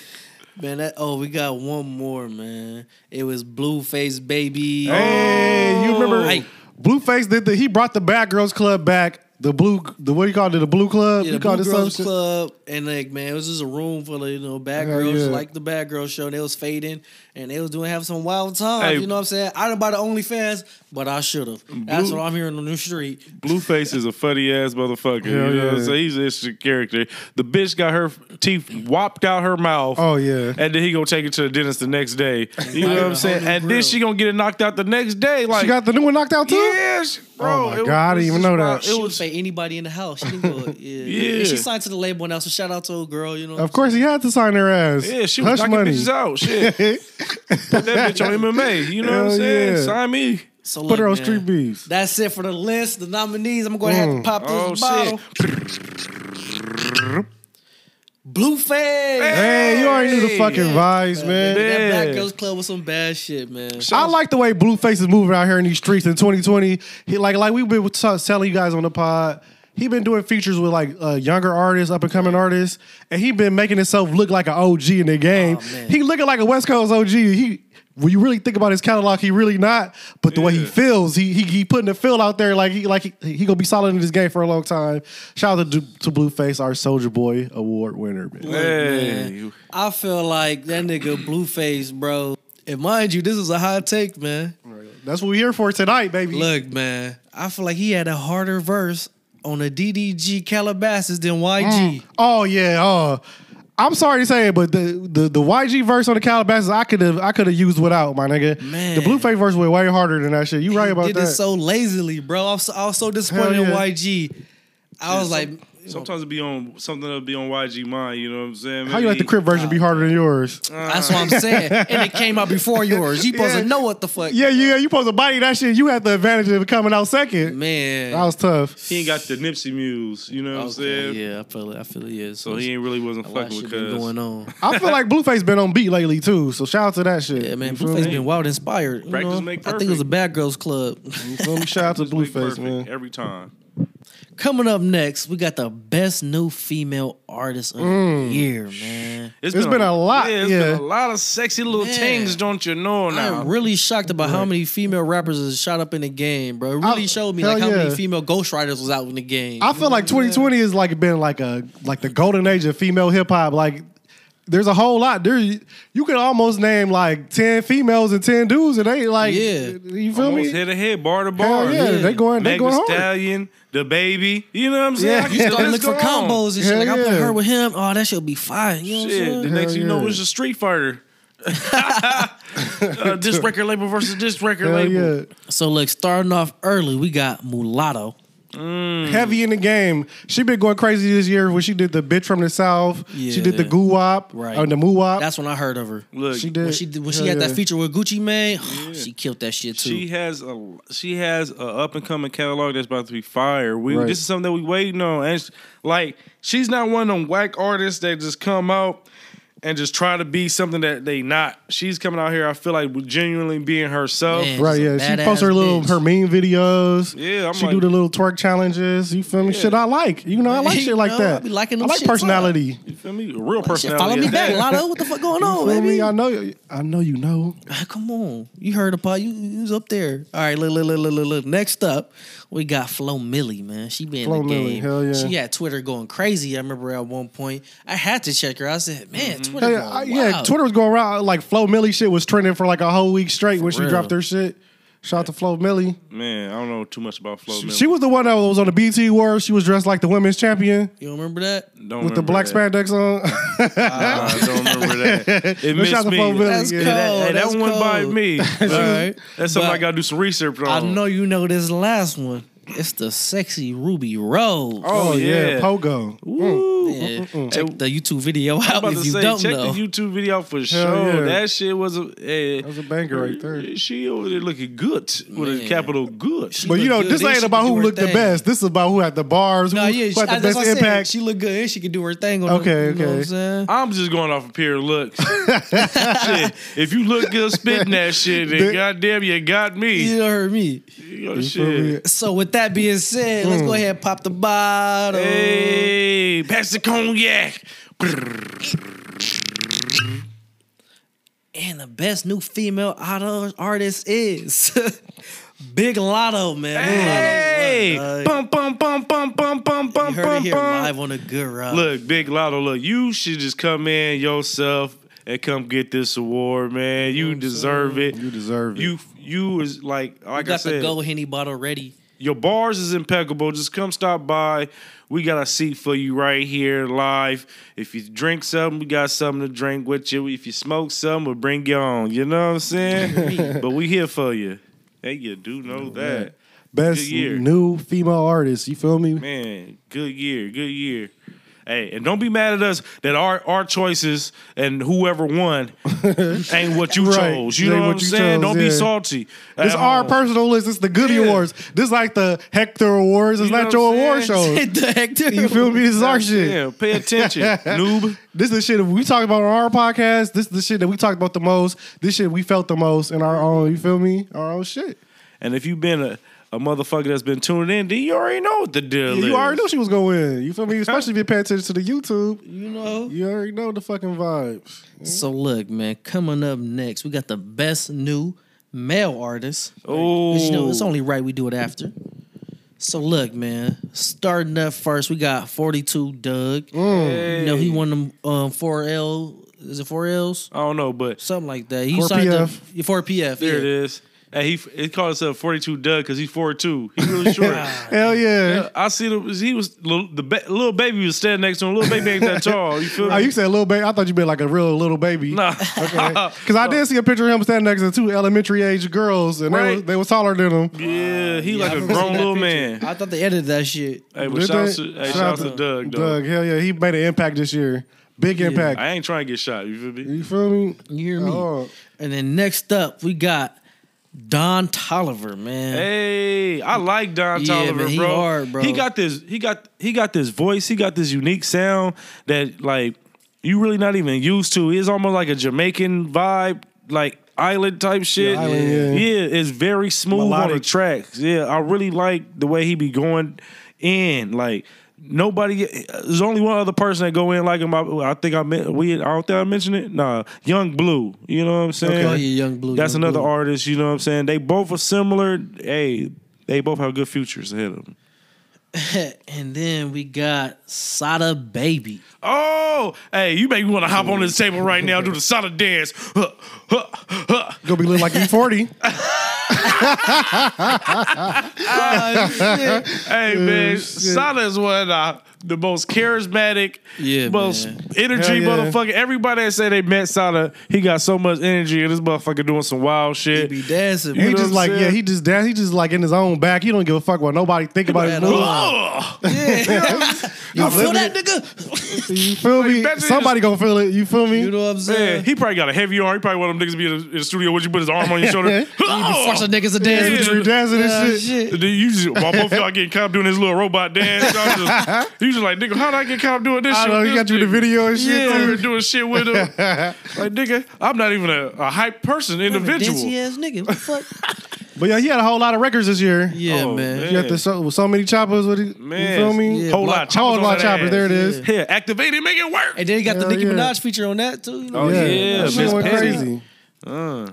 Man, that, oh, we got one more, man. It was Blueface Baby.
Hey, you remember
Hey. Oh.
Blueface did the he brought the Bad Girls Club back. the blue, the what do you call it? The blue club.
Yeah,
you
the
call
Blue
it
Girls
something?
Club, and like man, it was just a room full of you know bad
Hell
girls,
yeah.
like the bad girl show. They was fading, and they was doing having some wild times.
Hey.
You know what I'm saying? I didn't buy the OnlyFans, but I should have. That's
Blue-
what I'm hearing on the street.
Blueface is a funny ass motherfucker.
Hell
you know what I'm
yeah.
saying? He's an interesting character. The bitch got her teeth whopped out her mouth.
Oh yeah.
And then he gonna take it to the dentist the next day. You know
Like
what
a
I'm saying?
whole new
And then
grill.
she gonna get it knocked out the next day. Like
She got the new one knocked out too.
yes, bro.
Oh my God, I didn't even
just
know that.
wild.
She
It
would
was
say anybody in the house. She didn't go, yeah.
Yeah.
And she signed to the label now, so shout out to old girl. You know,
Of course, he had to sign her ass.
yeah, she was
Hush
knocking bitches out. Shit, put that bitch on MMA. You know what I'm
Hell
saying?
yeah.
Sign me.
so
Put her on
look, man,
street beats. Mm.
That's it for the list, the nominees. I'm going to have to pop this
Oh
bottle.
shit.
Blueface.
Hey, you already knew the fucking vibes, man.
Yeah.
That Black Girls Club was some bad shit, man.
I like the way Blueface is moving out here in these streets in 2020. He like like we've been t- telling you guys on the pod. He been doing features with like uh, younger artists, up and coming artists, and he been making himself look like an OG in the game.
Oh, man.
he looking like a West Coast OG. He when you really think about his catalog, he really not. But the way he
Yeah.
feels, he he, he putting the feel out there like he like he, he gonna be solid in this game for a long time. Shout out to, to Blueface, our Soldier Boy Award winner. Man.
Look,
Hey.
man, I feel like that nigga Blueface, bro. And mind you, this is a hot take, man.
That's what we here for tonight, baby.
Look, man, I feel like he had a harder verse on a DDG Calabasas than YG.
Oh yeah. Oh, I'm sorry to say it, but the the, the YG verse on the Calabasas, I could have I could have used without my nigga.
Man.
The Blueface verse was way harder than that shit. You right
He
about
did
that?
it so lazily, bro. I was, I was so disappointed
yeah.
in YG. I was like,
Sometimes it be on something that'll be on YG mind, you know what I'm saying?
How you let the
Maybe-
crib version be harder than yours?
that's what I'm saying. And it came out before yours. You supposed to know what the fuck.
yeah, yeah. You supposed to body that shit. You had the advantage of coming out second.
Man.
That was tough.
He ain't got the Nipsey Muse, you know what I'm
Okay,
saying?
yeah, I feel it. I feel it. Yeah. So,
So he ain't really wasn't
a lot of
fucking
shit
with
been
cuz.
going on.
I feel like Blueface been on beat lately too. So shout out to that shit.
Yeah, man.
You feel
Blueface
me?
been wild inspired. you
Practice
know?
make
I think it was
perfect.
a Bad Girls Club.
You feel me? Shout out to
Just make
Blueface,
perfect
man.
Every time.
Coming up next, we got the best new female artist of
Mm.
the year, man.
It's been a lot,
Yeah, it's
yeah.
been a lot of sexy little
Man.
things, don't you know now?
I'm really shocked about how many female rappers is shot up in the game, bro. It really
I-
showed me
hell
like how many
yeah.
female ghostwriters was out in the game.
I feel like 2020 has like been like a like the golden age of female hip hop. Like there's a whole lot. There you can almost name like 10 females and 10 dudes, and they like
Yeah.
you feel
Almost
me?
head to head, bar to
Hell
bar.
yeah,
Yeah.
they going they
Meg
going
Thee
hard.
Stallion, the baby. You know what I'm saying?
Yeah.
I
You
can
started
list
looking for
go on.
combos and shit.
Hell
like I put
yeah.
her with him. Oh, that should be fire. You know what
Shit,
I'm
the
saying?
next
Hell
thing you know
yeah.
it's a Street Fighter. uh, this record label versus this record
Hell
label.
yeah.
So look, starting off early, we got Mulatto.
Hmm.
Heavy in the game. She been going crazy this year when she did the bitch from the south. She did the
Yeah.
goo wop
Right.
or the moo wop.
That's when I heard of her.
Look,
She
she,
did.
When she did- when she
Hell
had
yeah.
that feature with Gucci Mane, she killed that shit too.
has a she has a up and coming catalog that's about to be fire. We
Right.
this is something that we waiting on. And sh- like she's not one of them whack artists that just come out and just try to be something that they not. She's coming out here. I feel like genuinely being herself.
Man.
Right,
She's a
yeah. She
badass
posts her little
bitch.
her meme videos.
Yeah, I'm
she
like-
do the little twerk challenges. You feel me? Shit I like. You know, I like
You
shit like
know,
that.
I be
I
liking them
like
shits up.
personality.
You feel me? A real
Shit,
personality.
follow me
at
back,
that.
Lotto. What the fuck going on,
You feel
Oh, baby?
me? I know. I know you know.
Ah, Come on, you heard about you. You was up there. All right, look, look, look, look, look, look. Next up, we got Flo Millie, man. She been
Flo
in the
Milli,
game.
hell yeah.
She had Twitter going crazy. I remember at one point, I had to check her. I said, man, Twitter.
Hey,
going
I- Mm-hmm. yeah,
wild.
Twitter was going around like Flo Millie shit was trending for like a whole week straight when she
real.
dropped her shit. Shout out to Flo Millie.
Man, I don't know too much about Flo.
She,
Milli.
she was the one that was on the BT World. She was dressed like the women's champion
You don't remember that?
Don't
with the
remember
black
that.
spandex on.
Nah, I don't remember that. It
Shout out
missed
to
me.
Flo Milli.
That's
Yeah.
cold.
That, hey, that
That's
one went by
cold.
me.
right.
That's something I
But-
got to do some research on.
I know you know this last one. It's the sexy Ruby Rose.
Oh, yeah.
Pogo.
Ooh.
mm,
Yeah, Check the YouTube video out
I'm about
if
to
you
say,
don't
check
know.
the YouTube video for sure.
yeah.
That shit was a eh, Uh,
That was a banger right there.
She over there looking good with a
Man.
capital good.
She
But you
looked
know,
good.
this
Then
ain't
she
about
could do
who
her
looked the
thing.
best. This is about who had the bars, who,
No, yeah,
who had the
I- that's
best
what I said.
impact.
She look good. and She could do her thing on
Okay,
the, you Know what
okay.
I'm saying?
I'm just going off of pure looks. shit, if you look good spitting that shit, then goddamn, you got me.
You heard me.
You know,
You feel me?
shit.
So with that being said, let's go
Mm.
ahead and pop the bottle.
Hey, pass the cognac.
And the best new female auto artist is Big Lotto, man. Big Lotto's
Hey,
wild, dog.
bum bum bum bum bum bum
You
bum
heard it
bum
here
bum.
live on a good ride.
Look, Big Lotto, look, you should just come in yourself and come get this award, man. You deserve it.
You deserve it.
You you is like like
you
I
got the
said,
go henny bottle ready.
your bars is impeccable. Just come stop by. We got a seat for you right here live. If you drink something, we got something to drink with you. If you smoke something, we'll bring you on. You know what I'm saying? but we here for you. Hey, you do know that.
best
Good year.
new female artist. You feel me?
Man, good year, good year. Hey, and don't be mad at us that our our choices and whoever won ain't what you
Right.
chose. You
Ain't
know what,
what
I'm
you
saying?
chose,
don't
yeah.
be salty.
This
at
our
all.
personal list. It's the Goody
Yeah.
Awards. This like the Hector Awards. It's
You know what
not your
I'm
award show.
the Hector.
Oh. You feel me? This is our shit.
Yeah, pay attention, noob.
This is the shit that we talk about on our podcast. This is the shit that we talked about the most. This shit we felt the most in our own. You feel me? Our own shit.
And if you've been a, a motherfucker that's been tuning in, then you already know what the deal is.
You already knew she was going to win. You feel me? Especially if you pay attention to the YouTube.
You know.
You already know the fucking vibes.
So look, man, coming up next, we got the best new male artist.
Oh,
'Cause, you know, it's only right we do it after. So look, man, starting up first, we got 42 Doug.
Mm.
You know, he won them um, 4L. Is it 4Ls?
I don't know, but
Something like that. He
4
signed up
PF.
yeah, 4 PF.
there
yeah.
it is. Hey, he it called himself 42 Doug because he's 42. He really short.
Hell yeah.
I see the he was little- the ba- little baby was standing next to him. Little baby ain't that tall. You feel
Oh, you
me?
said little baby. I thought you meant like a real little baby.
Nah.
Because I did see a picture of him standing next to two elementary age girls, and they,
Right.
was, they was taller than him.
Yeah, he
I
like a
remember
grown
seeing that
little
picture.
man.
I thought they edited that shit.
Hey,
Did
but shout out
they?
to, hey, shout out to Doug, though.
Doug, hell yeah. He made an impact this year. Big impact.
I ain't trying to get shot. You feel me?
You feel me?
You hear me?
Oh.
And then next up, we got Don Tolliver, man.
Hey, I like Don
Yeah,
Tolliver,
man, he
bro.
hard, bro.
He got this. He got he got this voice. He got this unique sound that like you really not even used to. It's almost like a Jamaican vibe, like island type shit.
island, yeah.
Yeah, it's very smooth on
Melodic.
the tracks. Yeah, I really like the way he be going in. Like nobody, there's only one other person that go in like him. I, I think I meant we. I don't think I mentioned it. Nah, Young Blue. You know what I'm saying?
Oh, yeah, Young Blue,
That's
Young
another
Blue.
artist. You know what I'm saying? They both are similar. Hey, they both have good futures ahead of them.
and then we got Sada Baby.
Oh, hey, you make me want to hop on this table right now, do the solid dance. Huh, huh, huh.
Gonna be looking like E you 40.
Hey man,
shit.
Sada is one of the, the most charismatic,
Yeah,
most
man.
energy
Hell yeah.
motherfucker. Everybody that say they met Sada, he got so much energy, and this motherfucker doing some wild
He
shit.
be dancing.
He
man.
know
just
what I'm
like,
saying?
yeah, he just dance. He just like in his own back. He don't give a fuck what nobody think about his
at all.
moves.
Ugh.
you feel
living
that, nigga?
You feel me?
bet you
Somebody gonna feel it. You feel me?
You know what I'm
Man,
saying?
he probably got a heavy arm. He probably one of them niggas be in the, in the studio. Would you put his arm on your shoulder?
be forcing niggas to
Oh. Yeah.
dance.
Just be dancing and
Yeah,
shit.
Dude, You just, while both of y'all getting caught doing this little robot dance, y'all just, you just like, nigga, how did I get caught doing this
I
shit?
know. He
with
got
this
you the
nigga?"
video and shit.
Yeah, we were
too.
doing shit with him. like, nigga, I'm not even a, a hype person, individual.
Dancey ass nigga. What the fuck?
But yeah, he had a whole lot of records this year.
Yeah,
Oh,
man.
man.
He had the, so, with so many choppers. With it,
Man,
you feel me?
yeah.
whole
block-
lot, choppers
Whole
on
lot
that
choppers.
ass.
There it is.
Here, activate it, make it work.
And then he got the
Hell
Nicki
yeah.
Minaj feature on that too. You know?
Oh, yeah.
that shit
Miss
went
Petty.
crazy.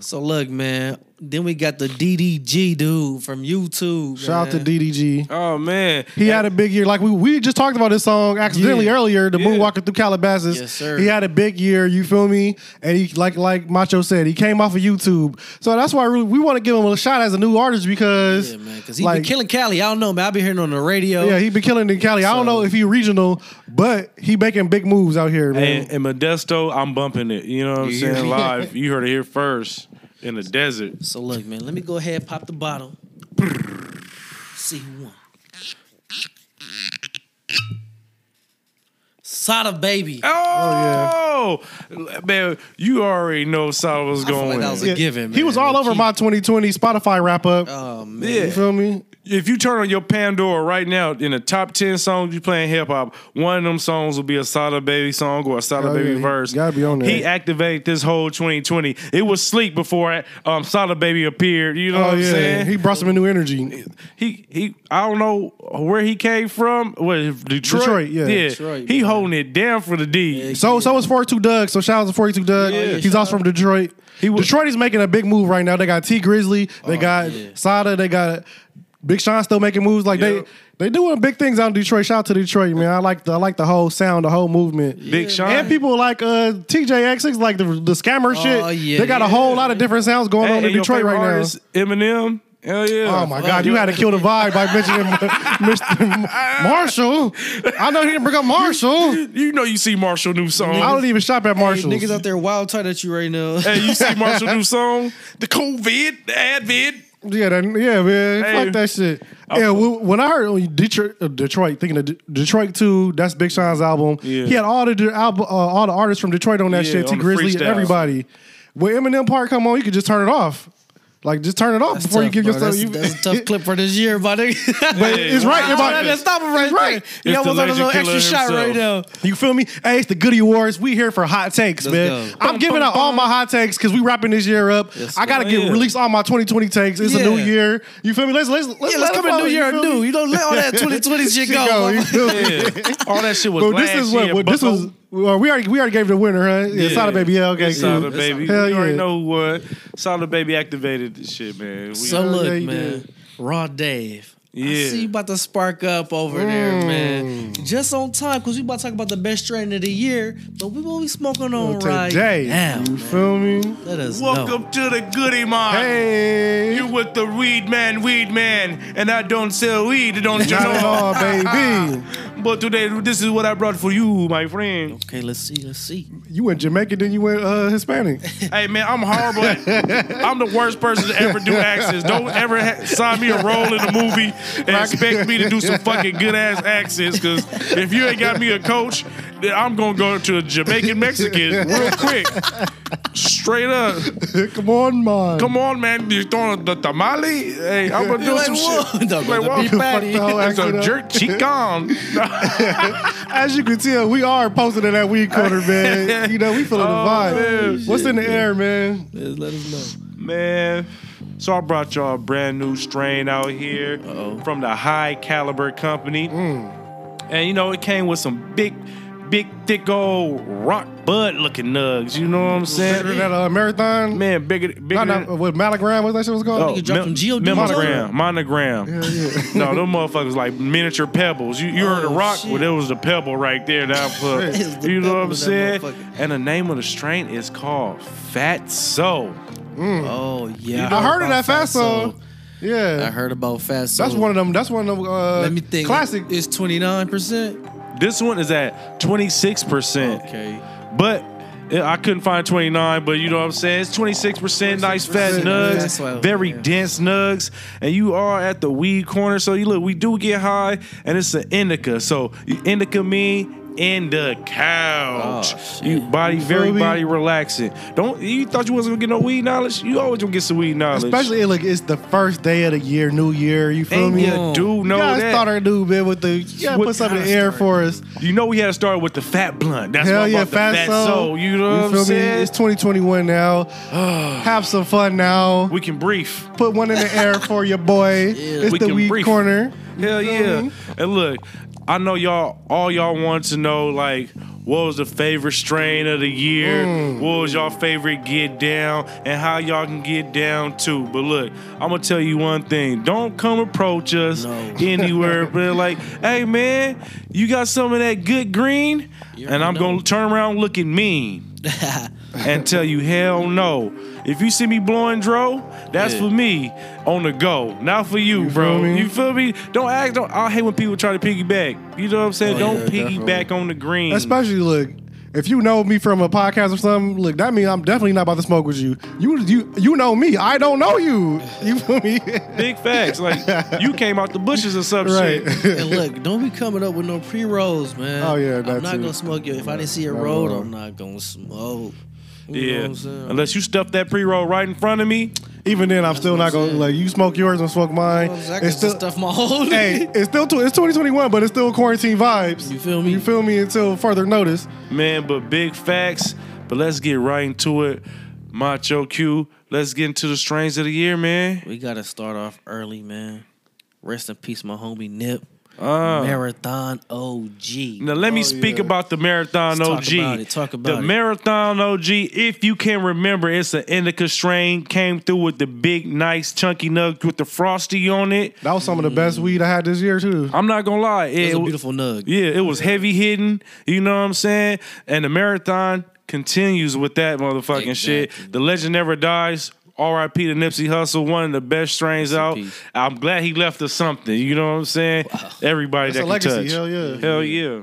So look, man. Then we got the DDG dude from YouTube.
Shout out to
man.
DDG.
Oh man,
He had a big year. Like we we just talked about this song accidentally
Yeah.
earlier, the
Yeah.
Moonwalker through Calabasas.
Yes, sir.
He had a big year, you feel me? And he like like Macho said, he came off of YouTube. So that's why really, we want to give him a shot as a new artist because
Yeah, man. Because he
like,
been killing Cali. I don't know, man. I been hearing on the radio.
Yeah, he been killing in Cali. I don't know if he regional, but he making big moves out here, man.
and, and Modesto, I'm bumping it. You know what I'm
You hear
saying?
me?
Live, you heard it here first in the desert.
So look, man. Let me go ahead pop the bottle. See who won. Sada baby.
Oh, man, you already know Sada was
feel like
going.
that was a
Yeah,
given,
He was
man.
all over
Keep-
my 2020 Spotify wrap up.
Oh man.
You
yeah.
feel me?
If you turn on your Pandora right now, in the top ten songs you playing hip hop, one of them songs will be a Sada Baby song or a Sada
Oh,
Baby
yeah, he
verse.
gotta be on there.
He activated this whole 2020. It was sleep before um, Sada Baby appeared. You know
Oh
what I'm
yeah,
saying?
he brought some new energy.
he he I don't know where he came from. What Detroit?
Detroit, yeah.
yeah.
Detroit,
he
man.
holding holding it down for the D.
So so is 42 Doug. So shout out to 42 Doug.
yeah,
He's
shout
also from Detroit. Detroit is making a big move right now. They got T Grizzly. They got
Oh, yeah.
Sada. They got Big Sean still making moves. Like
Yep.
they they doing big things out in Detroit. Shout out to Detroit, man. I like the I like the whole sound, the whole movement.
Big Sean.
And people like uh TJX, like the the scammer shit.
Oh, yeah,
they got a
yeah.
whole lot of different sounds going
Hey,
on in
your
Detroit
favorite
right
artist, Eminem. Hell yeah.
uh,
now. Oh my God, you had to kill the vibe by mentioning Mr. Marshall. I know he didn't bring up Marshall.
You know you see Marshall new song.
I don't even shop at
Hey,
Marshall's.
niggas out there wild tight at you right now.
Hey, you see Marshall new song? The COVID, the Advid.
Yeah, that, yeah, man.
Hey.
Fuck that shit. yeah, wh- when I heard oh, Detroit, uh, Detroit, thinking of De- Detroit Two, that's Big Sean's album.
Yeah.
He had all the de- album, uh, all the artists from Detroit on that
Yeah,
shit. T
on the
Grizzly,
freestyles.
everybody. When Eminem part come on, you could just turn it off. Like just turn it off
That's
before
tough,
you give
bro.
yourself.
That's,
you,
that's a tough clip for this year, my nigga.
But it's right.
Oh,
everybody-
that- that- stop it right,
It's right.
right.
It's
You
the
almost on a little
legend
extra
killer
shot right now.
You feel me? Hey, it's the Goody Awards. We here for hot takes,
Let's
man.
go.
I'm giving out all my hot takes because we wrapping this year up.
Yes,
I gotta
sir.
get
Yeah.
release all my 2020 takes. It's a new
Yeah.
year. You feel me? Let's let's let's,
Yeah,
let's
let's come
come
in
out,
New
you
Year,
feel
new.
me?
You don't let all that 2020 shit
Shit
go.
go, you
mama.
feel me?
All that shit was
Well,
last
this is
year.
what, what this
bucko.
was. Well, we already we already gave the winner, huh? Yeah,
Yeah.
Sada Baby. Yeah, okay,
Solid
cool.
baby.
Hell
you already
yeah.
know what. Solid baby activated this shit, man. We,
So
Yeah,
look,
yeah, you
man. Raw Dave.
Yeah.
I see you about to spark up over there,
Mm.
man. Just on time, because we about to talk about the best strain of the year, but we will be smoking on right
Today,
now.
you
man.
feel me?
Let us
welcome
know.
to the goody mine.
Hey,
You with the weed man, weed man, and I don't sell weed. Don't you
not at
know?
all, baby.
But today, this is what I brought for you, my friend.
Okay, let's see. Let's see.
You went Jamaican, then you went uh, Hispanic.
Hey man, I'm horrible. At, I'm the worst person to ever do accents. Don't ever ha- sign me a role in a movie and expect me to do some fucking good ass accents. Because if you ain't got me a coach, then I'm gonna go to a Jamaican Mexican real quick, straight up.
Come on, man.
Come on, man, you throwing the tamale? Hey, I'm gonna do
Like,
some
whoa.
shit.
No,
Like,
but the
whoa.
beef patty.
Fuck the whole
It's a
accent up.
jerk chicken.
As you can tell, we are posted in that weed corner, man. You know, we feeling
Oh,
the vibe.
man.
What's in the air, man?
Let let us know.
Man, so I brought y'all a brand new strain out here
Uh-oh.
from the High Caliber Company. And you know, it came with some big, big, thick old rock bud looking nugs. You know what I'm
Better
saying?
that uh, marathon?
Man, bigger, bigger
Not,
than.
not, what, Malagram? What that shit was called?
Oh,
Nigga dropped
mem-
some G.O.D.
monogram, monogram. no, them motherfuckers like miniature pebbles. You, you heard the
Oh,
rock?
shit.
Well, there was the pebble right there that I
It's
put.
the
you know
pebble
what I'm
that
saying?
motherfucker.
And the name of the strain is called Fat So.
Oh, yeah.
I heard of that fast
Soul.
song. Yeah.
I heard about Fast
that's
Soul.
one of them. That's one of them. Uh,
Let me think.
Classic.
It's 29%.
This one is at 26%.
Okay.
But yeah, I couldn't find 29, but you know what I'm saying? It's 26%, nice fat
26%, yeah, that's what I
nugs,
was-
very
yeah.
dense nugs, and you are at the weed corner. So you look, we do get high, and it's an indica. So indica mean in the couch.
Oh, shit.
you body very
feel me?
body relaxing. Don't you thought you wasn't gonna get no weed knowledge? You always gonna get some weed knowledge.
Especially, it, like, it's the first day of the year, new year. You feel
and
me?
you
You
do know
gotta
that.
start our new bit with the. You gotta
What
put something in the
kinda
air for us.
you know we had to start with the fat blunt. That's
Hell
why I
yeah,
bought the fat,
fast
soul.
soul.
You know what
feel
I'm
me?
saying?
It's 2021 now. Have some fun now.
We can brief.
put one in the air for your boy. it's
we
the
can
weed
brief. Hmm.
corner.
Hell yeah. And look, I know y'all all y'all want to know like what was the favorite strain of the year?
Mm.
What was y'all favorite get down and how y'all can get down too. But look, I'm gonna tell you one thing. Don't come approach us
No.
anywhere, but like, hey man, you got some of that good green? and
already
I'm
know.
gonna turn around looking mean and tell you hell no. If you see me blowing dro, that's
Yeah.
for me on the go, not for you, bro.
feel me?
You feel me? Don't act. Don't, I hate when people try to piggyback. You know what I'm saying?
Oh,
don't
yeah,
piggyback on the green.
Especially look, if you know me from a podcast or something, look, that means I'm definitely not about to smoke with you. You you you know me. I don't know you. You feel me?
Big facts. Like you came out the bushes or some
right.
shit.
And look, don't be coming up with no pre rolls, man.
Oh, yeah,
I'm
that
not
too.
gonna smoke you. If I didn't see a
Not
road,
at all.
I'm not gonna smoke. You know
Yeah.
what I'm saying?
Unless you stuff that pre roll right in front of me,
Even then, I'm still
what
not
I'm
gonna
saying.
like you smoke yours and smoke mine.
I can
It's still
stuff my whole.
hey, it's still tw- it's 2021, but it's still quarantine vibes.
You feel me?
You feel me? Until further notice.
man. But big facts. But let's get right into it. Macho Q. Let's get into the strains of the year, man.
we gotta start off early, man. Rest in peace, my homie Nip.
Ah.
Marathon OG.
Now let me speak
yeah.
about the Marathon
Let's Oh, talk
OG.
about it. Talk about
the
it.
Marathon OG, if you can remember, it's an indica strain. Came through with the big, nice, chunky nugs with the frosty on it.
That was some of the best weed I had this year too.
I'm not gonna lie, it,
It's a
wa-
beautiful nug.
Yeah, it was heavy hitting. You know what I'm saying? And the marathon continues with that motherfucking
Exactly.
shit. The legend never dies. R.I.P. to Nipsey Hussle, one of the best strains out.
peace.
I'm glad he left us something. You know what I'm saying? Everybody
That's a
that can
legacy.
touch.
Hell yeah.
Hell yeah.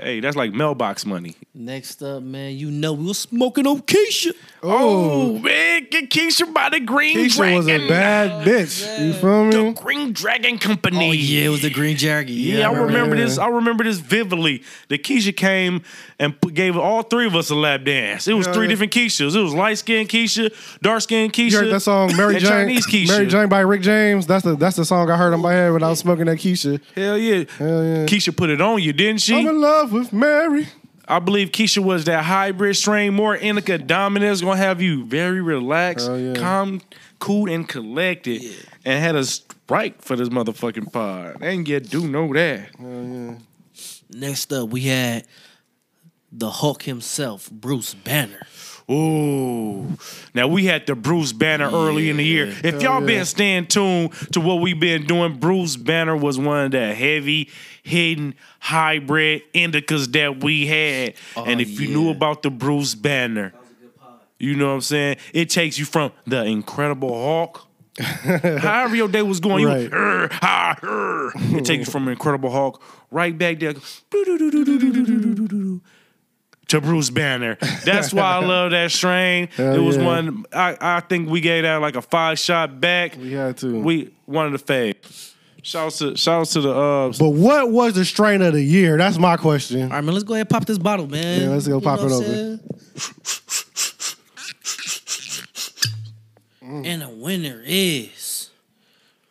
Hey, that's like mailbox money.
Next up, man, you know we was smoking on Keisha.
Oh,
man, get Keisha by the Green
Keisha was a bad bitch. You feel me?
Green Dragon Company.
Oh yeah, it was the green jerky.
Yeah, I remember,
remember
this.
that.
I remember this vividly. The Keisha came and p- gave all three of us a lap dance. It was
Yeah.
three different Keishas. It was light skinned Keisha, dark skinned Keisha.
You heard that song, Mary
and
Jane.
Chinese Keisha.
Mary Jane by Rick James. That's the that's the song I heard on my head when I was smoking that Keisha.
Hell yeah.
Hell yeah.
Keisha put it on you, didn't she?
I'm in love with Mary.
I believe Keisha was that hybrid strain, more indica dominant. It's gonna have you very relaxed,
Hell yeah.
calm, cool, and collected, and had a strike for this motherfucking pod. And you do know that.
Next up, we had the Hulk himself, Bruce Banner.
Ooh. Now we had the Bruce Banner early in the year. If y'all
yeah.
been staying tuned to what we've been doing, Bruce Banner was one of the heavy, hidden, hybrid indicas that we had.
Oh,
and if you knew
yeah.
about the Bruce Banner, you know what I'm saying? It takes you from the Incredible Hulk. However your day was going, you
Right.
"Arr, ah, arr." it takes you from Incredible Hulk right back there to Bruce Banner. That's why I love that strain.
Hell
it was
yeah.
one I, I think we gave that like a five shot back.
We had to.
We one of the faves. Shouts to shouts to the uh
But what was the strain of the year? That's my question.
All right, man, let's go ahead and pop this bottle, man.
Yeah, let's go pop
know
it
what
open.
I'm
Mm.
saying? And the winner is.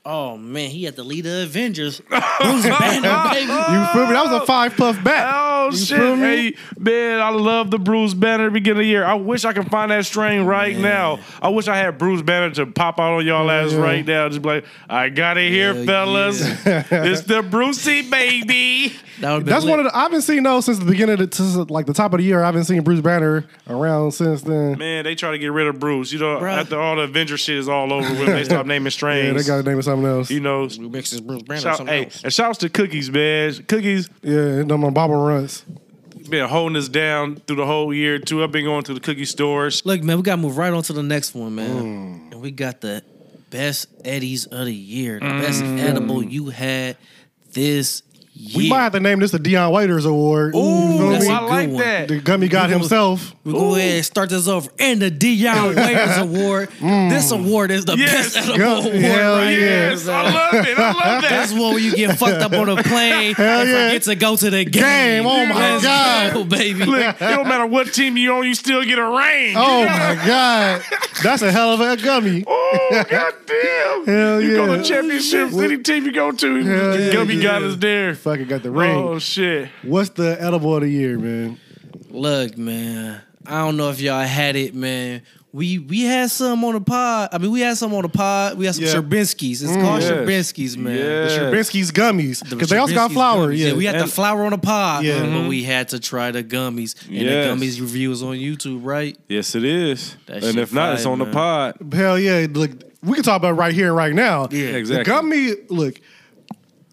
Oh man, he had to lead the Avengers.
You feel me? That was a five puff back.
Oh
you
shit,
feel me?
hey, man! I love the Bruce Banner beginning of the year. I wish I could find that strain right now. I wish I had Bruce Banner to pop out on y'all ass
Yeah.
right now. Just be like, I got it here,
Hell
fellas. it's the Brucey baby.
That would've been
That's
lit.
one of the I've been seeing those since the beginning of the, since, like the top of the year. I've been seeing Bruce Banner around since then.
Man, they try to get rid of Bruce. You know,
Bruh.
after all the Avenger shit is all over with, they stop naming
Yeah, they
strains.
got to name it something else.
you know,
We mix this Bruce Banner. or
shout,
something
hey,
else.
and shouts to Cookies, man. Cookies
Yeah, and them on Bobble Runs.
been holding us down through the whole year too. I've been going to the cookie stores.
Look, man, we gotta move right on to the next one,
Mm.
man. And we got the best Eddies of the year, the
Mm.
best edible you had this year.
We might have to name this the Dion Waiters Award. Ooh,
Ooh,
that's Oh, a
I
good
like
one.
that.
the gummy god himself.
We go ahead and start this over. And the Dion Waiters Award. This award is the
Yes.
best edible
Mm. Go-
award
hell
right here.
Yes, I love it. I love
That's
that.
one where you get fucked up on a plane and
yeah.
forget to go to the game.
Game, oh my
Let's
God.
go, baby.
Look, it don't matter what team you on, you still get a ring.
Oh my god, that's a hell of a gummy.
Oh goddamn!
Hell
you go
yeah.
to championship, any team you go to,
Hell yeah,
Gummy got
yeah.
us there.
Fucking got the ring.
Oh shit!
What's the edible of the year, man?
Look, man, I don't know if y'all had it, man. We we had some on the pod. I mean, we had some on the pod. We had some
Yeah. Mm.
Sherbinskis. It's called
yes.
Sherbinskis, man.
Yeah.
Binsky's gummies
Uh, The
because they also got
Sherbinskis
flour.
gummies.
Yeah,
we had the
And-
flour on the pod,
Yeah. Mm-hmm.
but we had to try the gummies. And
Yes.
the gummies review is on YouTube, right?
Yes, it is.
That
and
shit
if not, it's
fire,
on the
man.
pod.
hell yeah. Look, we can talk about it right here and right now.
Yeah,
exactly.
The gummy, look.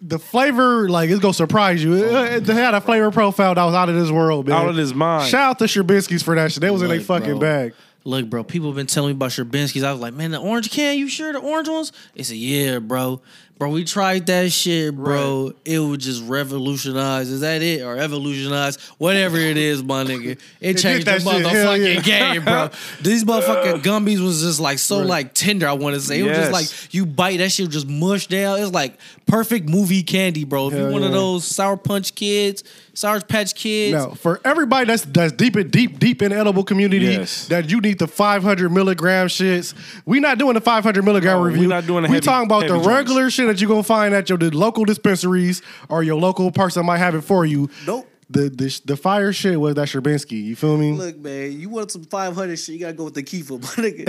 The flavor, like, it's gonna surprise you. It, it- they had a flavor profile that was out of this world, man.
Out of this mind.
Shout out to Sherbinski's for that shit. They was in a
Look,
fucking
bro.
bag.
Look, bro, people have been telling me about Sherbinskis. I was like, man, the orange can, you sure the orange ones? They said, yeah, bro. Bro, we tried that shit, bro. It would just revolutionize. Is that it? Or evolutionize? Whatever it is, my nigga. It changed the
that shit. Hell yeah.
motherfucking game, bro. These motherfucking gummies was just like so like tender, I want to say. It
Yes.
was just like you bite that shit just mush down. It's like perfect movie candy, bro. If you're
Hell
one of
yeah.
those sour punch kids, sour patch kids,
Now, for everybody that's that's deep in deep deep in edible community,
Yes.
that you need the 500 milligram shits. We not doing the 500 milligram
No, we
review.
not doing the
We
heavy-
talking about the
heavy
regular shit that you gonna find at your the local dispensaries or your local person might have it for you.
Nope.
the the, the fire shit was that Sherbinsky. You feel me?
Look, man, you want some 500 shit, you gotta go with the Kiefer, my nigga.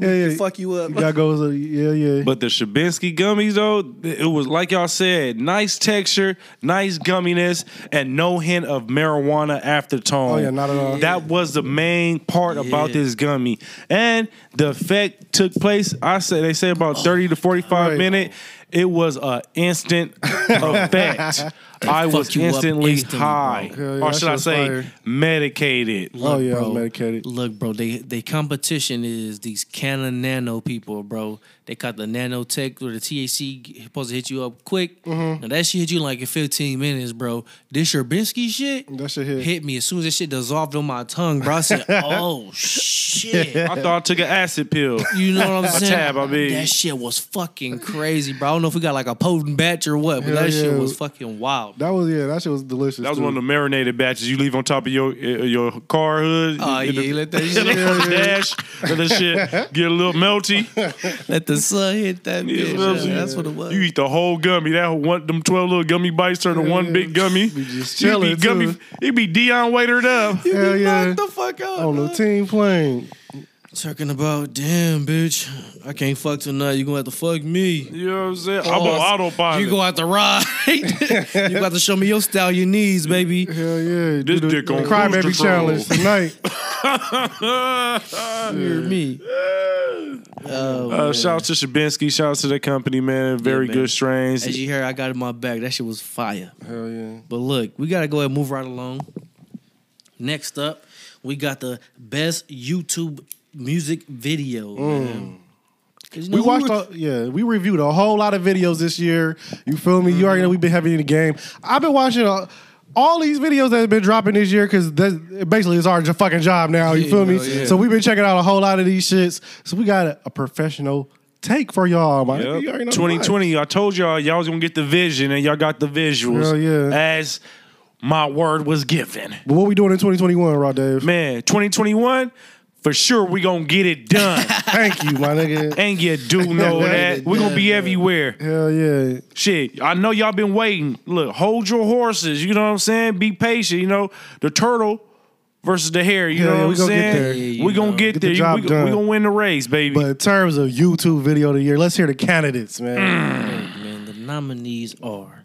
Yeah,
can
yeah.
fuck you up.
You gotta go. with the- Yeah, yeah.
But the Shabinsky gummies, though, it was like y'all said, nice texture, nice gumminess, and no hint of marijuana aftertone.
Oh, yeah, not at all.
That was the main part about
Yeah.
this gummy. And the effect took place, I say they say about
Oh.
30 to 45
Right.
minute. It was an instant effect. I was
fucked you up
instantly,
instantly, bro.
high.
Hell yeah,
or
that
should I
shit's
say
fire.
medicated.
oh
Look,
yeah, I
bro.
was medicated.
Look, bro, they they competition is these Canon Nano people, bro. They got the nanotech or the THC supposed to hit you up quick.
Mm-hmm.
And that shit hit you like in 15 minutes, bro. This Sherbinsky shit
That shit hit.
hit me as soon as that shit dissolved on my tongue, bro. I said, oh shit.
I thought I took an acid pill.
You know what I'm saying?
tab, I mean.
That shit was fucking crazy, bro. I don't know if we got like a potent batch or what, but
Hell
that shit
yeah.
was fucking wild.
That was yeah. That shit was delicious.
That was
too.
one of the marinated batches you leave on top of your uh, your car hood.
Oh,
in
yeah,
the,
let that
in
shit-
the dash. Let that shit get a little melty.
Let the sun hit that
You
bitch.
know what I'm
Yeah,
saying?
That's what it was.
You eat the whole gummy. That one, them twelve little gummy bites turn to one big gummy.
Be just
You be
chilling,
gummy.
too.
You be Dion waitered up.
Hell yeah.
Knock the fuck out.
On the
dog.
team plane.
Talking about, damn, bitch, I can't fuck tonight. You gonna have to fuck me.
You know what I'm saying? I'm on autopilot.
You gonna have to ride. you gonna have to show me your style, your knees, baby.
Hell yeah.
This
Do the,
dick on
crime
cruise
every
control.
challenge tonight.
Hear me. Oh,
uh, shout out to Shabinsky. Shout out to the company, man. Very
man.
good strains.
as you heard, I got in my back. That shit was fire.
Hell yeah.
But look, we gotta go ahead and move right along. Next up, we got the best YouTube music video. man. 'Cause,
Mm.
you
We
know,
watched,
were-
a, yeah, we reviewed a whole lot of videos this year. You feel me? You already know we've been heavy in the game. I've been watching uh, all these videos that have been dropping this year because basically it's our j- fucking job now. You
Yeah,
feel me?
hell yeah.
So we've been checking out a whole lot of these shits. So we got a, a professional take for y'all, man.
Yep. 2020, I told y'all y'all was gonna get the vision, and y'all got the visuals.
Hell yeah.
As my word was given.
But what we doing in 2021, Rod Dave?
Man, 2021, for sure we gonna get it done.
Thank you, my nigga.
and you do know that. we gonna be everywhere.
Hell yeah.
Shit, I know y'all been waiting. Look, hold your horses. You know what I'm saying? Be patient. You know, the turtle versus the hare. You
Yeah,
know
yeah,
what
we
I'm
gonna get
saying?
there.
Yeah, you
we gonna
know.
get,
Get the
there.
job
we, we
done.
gonna win the race, baby.
But in terms of YouTube video of the year, let's hear the candidates,
Mm.
man.
man, the nominees are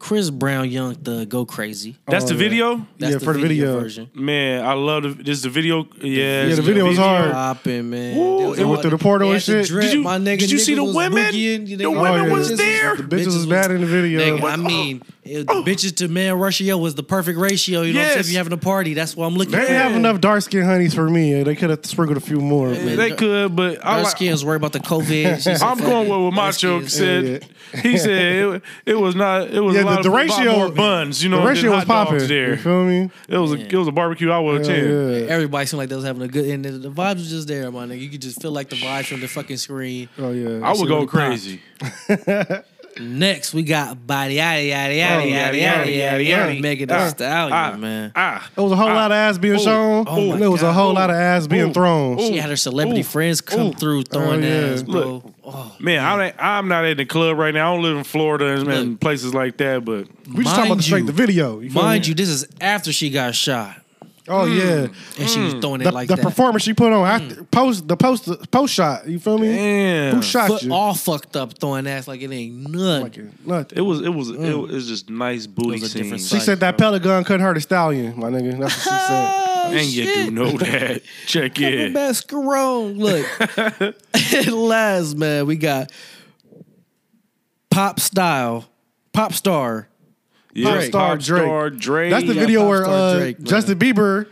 Chris Brown, Young Thug, Go Crazy.
That's
Oh,
the
yeah.
video?
That's
Yeah, for the video.
version.
Man, I love the, this. The video, yeah,
Yeah, the video was hard.
Popping, man.
Ooh,
They was
it went
all-
through the portal
they
and
had to
shit.
drip,
Did you-
my nigga.
did you
Niggas
see the
was
women?
boogieing,
The
nigga.
women
yeah.
was
The
there?
bitches was bad in the video.
Nigga, I mean, it, the bitches to man ratio was the perfect ratio. You know what I'm saying?
Yes.
If you're having a party, that's what I'm looking
They
for.
didn't have enough dark skin honeys for me. and They could have sprinkled a few more. but-
They could, but I
Our
like,
skins worry about the COVID. She said,
I'm going with what
"Fuck
Macho
skins."
said. He said it, it was not. It was
Yeah,
a
the-
lot,
the
of,
ratio-
lot more buns. You know,
the
than
ratio was
hot dogs
popping. You
there. Oh,
feel me?
It was a it was a barbecue I would
Hell
attend.
yeah.
Everybody seemed like they was having a good and the- the vibes was just there, my nigga. You could just feel like the vibes from the fucking screen.
Oh yeah.
I would
shit
go
really
crazy.
Next, we got body yada yada yada
Oh,
yada yada yada yada. Megan Thee
Uh,
Ah,
Stallion,
ah,
man.
Ah,
it was a whole lot of ass being shown.
oh
and
my
it was a
God. oh.
whole lot of ass being
Ooh.
thrown.
Ooh.
She had her celebrity
Ooh.
friends come
Ooh.
through throwing
Oh, yeah.
ass, bro. oh,
man, I ain't, I'm not in the club right now. I don't live in Florida and, and
Look.
places like that. But
We just talking about
mind
the straight
you-
the video. You feel
mind
me?
you, this is after she got shot
Oh yeah.
and she was throwing
Mm.
it
The,
like
the
that. Mm.
performance she put on after post the post the post shot. You feel me?
Damn.
Who shot
Foot
you?
all fucked up, throwing ass like it ain't none.
Fucking nothing.
it was it was it
Mm.
was just nice booty
It was a different
scenes.
She
side.
said that pellet gun couldn't hurt a stallion, my nigga. That's what she said.
Oh,
And you do
shit.
know that. Check it.
Mascarone. Look. Last, man, we got pop style, pop star.
Yeah,
Pop star Drake.
star Drake.
That's the
Yeah,
video
pop
where
star
uh,
Drake, man.
Justin Bieber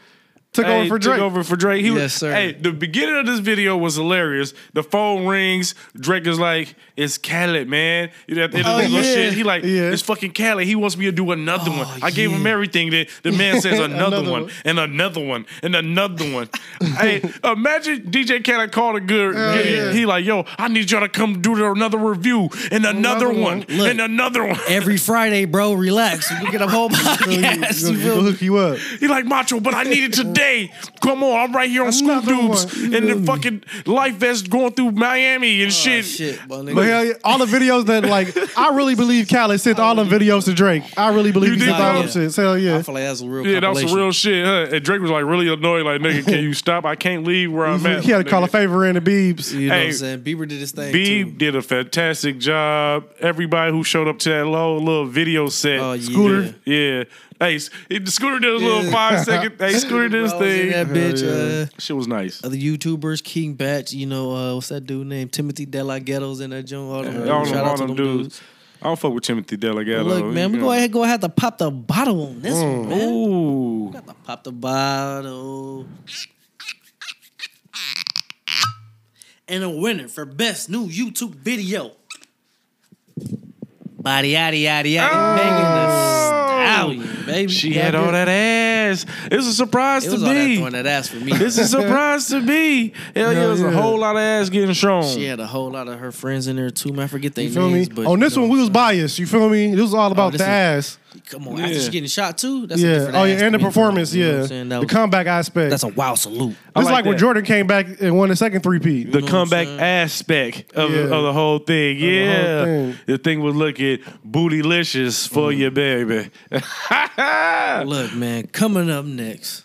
took
Hey,
over for
took
Drake.
over for Drake. He was,
Yes, sir.
Hey, the beginning of this video was hilarious. The phone rings. Drake is like, "It's Khaled, man." You know, at the end of
Oh,
this little
yeah.
shit, he like,
Yeah.
"It's fucking Khaled." He wants me to do another one. I gave him
Oh, yeah.
everything. The, the man says another,
Another
one,
one.
and another one and another one. hey, imagine DJ Khaled called a good.
Hell
good-
Oh, yeah.
He like, "Yo, I need y'all to come do another review and another,
Another
one,
one.
Look.
and another one."
Every Friday, bro, relax. We get a whole
He'll
podcast. You feel me?
hook you up.
he like Macho, but I need it day. Come on, I'm right here on Scoop
Another
Doops
one.
and the fucking life vest going through Miami and
Oh,
shit.
shit, my nigga.
But hell yeah, all the videos that like I really believe Khaled sent all them videos to Drake. I really
You
believe he
did
sent all
that?
them shit. Hell yeah.
I feel like that's a real.
Yeah, that was some
compilation.
real shit. Huh? And Drake was like really annoyed, like, nigga, can you stop? I can't leave where I'm at.
He had to call
nigga."
a favor in the Biebs.
You know what
Hey,
I'm saying? Bieber did his thing
B
too.
did a fantastic job. Everybody who showed up to that low little video set.
Oh, yeah.
Scooter. Yeah. Hey, S- it- Scooter did a little
Yeah.
five second. Hey, Scooter did his
Bro, I was in
thing.
that bitch,
Hell yeah.
uh,
Shit was nice.
Other YouTubers, King Batch, you know, uh, what's that dude named Timothy De La Ghetto's in that joint. All them, uh,
I don't know
shout out
all
to
them dudes. I don't fuck with Timothy Delgado.
Look, man, we
You
go
know.
ahead, go ahead to pop the bottle on this one, man.
Mm. Ooh.
Gotta pop the bottle. And a winner for best new YouTube video. Body yaddy yaddy yaddy,
Oh!
Megan the Stallion, baby.
She had all that ass. It's a surprise
It
to
was all that
me.
throwing that ass for me.
It's a surprise to me. Hell yeah,
Hell
there's a
yeah.
whole lot of ass getting shown.
She had a whole lot of her friends in there too. Man, I forget their
You feel me?
names. But
On
you
this
know Oh,
one, we was biased. You feel me? This was all about
this
the
is-
ass.
Come on, after
Yeah.
she getting shot too. That's a
Yeah.
different
Oh
ass
yeah, and
to
the
me, bro.
performance.
You know what
Yeah.
I'm saying? That
The
was-
comeback aspect.
That's
It's
a wow salute.
I
like,
like
when
that.
Jordan came back and won the second three P.
the
know what I'm
comeback
saying?
aspect of,
Yeah.
of the whole thing.
whole
Yeah.
thing.
The thing was looking bootylicious for
Mm.
you, baby.
Look, man, coming up next,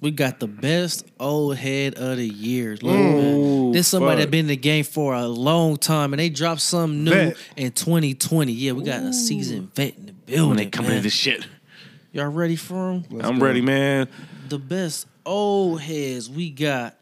we got the best old head of the year. Look, man, this somebody that
fuck.
been in the game for a long time, and they dropped something new
Vet.
in 2020. Yeah, we got a seasoned vet in the
when
building.
they come
man.
in this shit.
Y'all ready for him?
I'm ready, man.
The best old heads we got.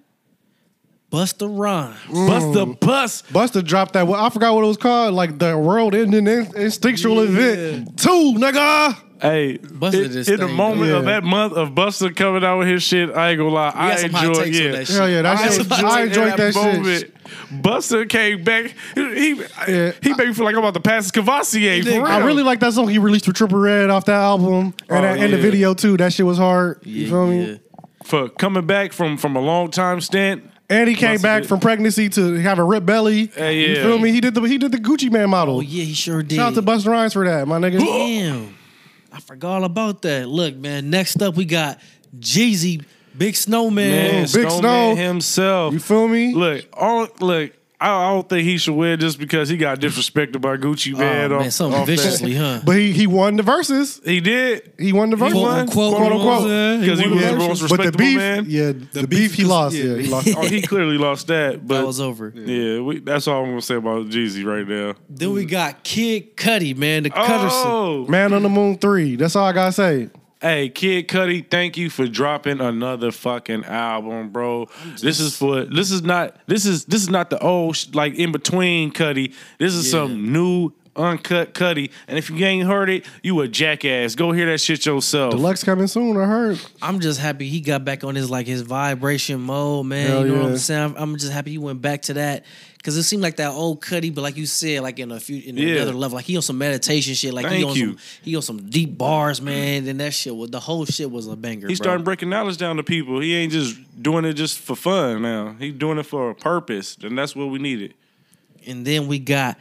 Busta Rhymes.
Bust the bus.
Buster dropped that. Well, I forgot what it was called. Like the world ending in- instinctual
Yeah.
event two, nigga.
Hey,
Busta
in-
this
in the
thing,
moment
though.
of that month of Buster coming out with his shit, I ain't gonna lie.
We
I
got some hot
enjoyed
takes on
yeah.
that shit.
Hell yeah, that
I
shit. I enjoyed that shit.
Buster came back. He
Yeah.
he made me feel like I'm about to pass Cavassier. For real.
I really like that song he released with Triple Red off that album and,
Oh,
that, and the
yeah.
video too. That shit was hard. you feel me?
for coming back from from a long time stint.
And he came
Must've
back
been-
from pregnancy to have a ripped belly.
Hey,
You
yeah.
feel me? He did the he did the Gucci Man model.
Oh yeah, he sure did.
Shout out to Buster Rhymes for that, my nigga.
Damn. I forgot all about that. Look, man, next up we got Jeezy, Big Snowman.
Man,
Big Snow.
Snowman himself.
You feel me?
Look, all look. I I don't think he should wear just because he got disrespected by Gucci
Oh,
Man.
man,
off-
something
off that.
viciously, huh?
But he he won the verses.
He did.
He won the verses.
won,
quote
quote, you know what I'm saying?
unquote.
He 'Cause he won was the the most
verses. But the
respectable
beef,
man.
yeah, the, beef he lost. Yeah, he lost.
Oh, he clearly lost that. But
that was over.
Yeah, we, that's all I'm gonna say about Jeezy right now.
Then we got Kid Cudi, man, the Cutterson.
Oh,
Man on the Moon three. That's all I gotta say.
hey, Kid Cudi, thank you for dropping another fucking album, bro. This is for this is not this is this is not the old sh- like in between Cudi. This is
Yeah.
some new uncut Cudi. And if you ain't heard it, you a jackass. Go hear that shit yourself.
Deluxe coming soon. I heard.
I'm just happy he got back on his like his vibration mode, man.
Hell
you know what
yeah.
I'm saying? I'm- I'm just happy he went back to that because it seemed like that old Cuddy, but like you said, like in a few in
Yeah.
another level, like he on some meditation shit, like he
Thank
on
you.
some he on some deep bars, man. And that shit was the whole shit was a banger.
He
bro.
started breaking knowledge down to people. He ain't just doing it just for fun now. He doing it for a purpose, and that's what we needed.
And then we got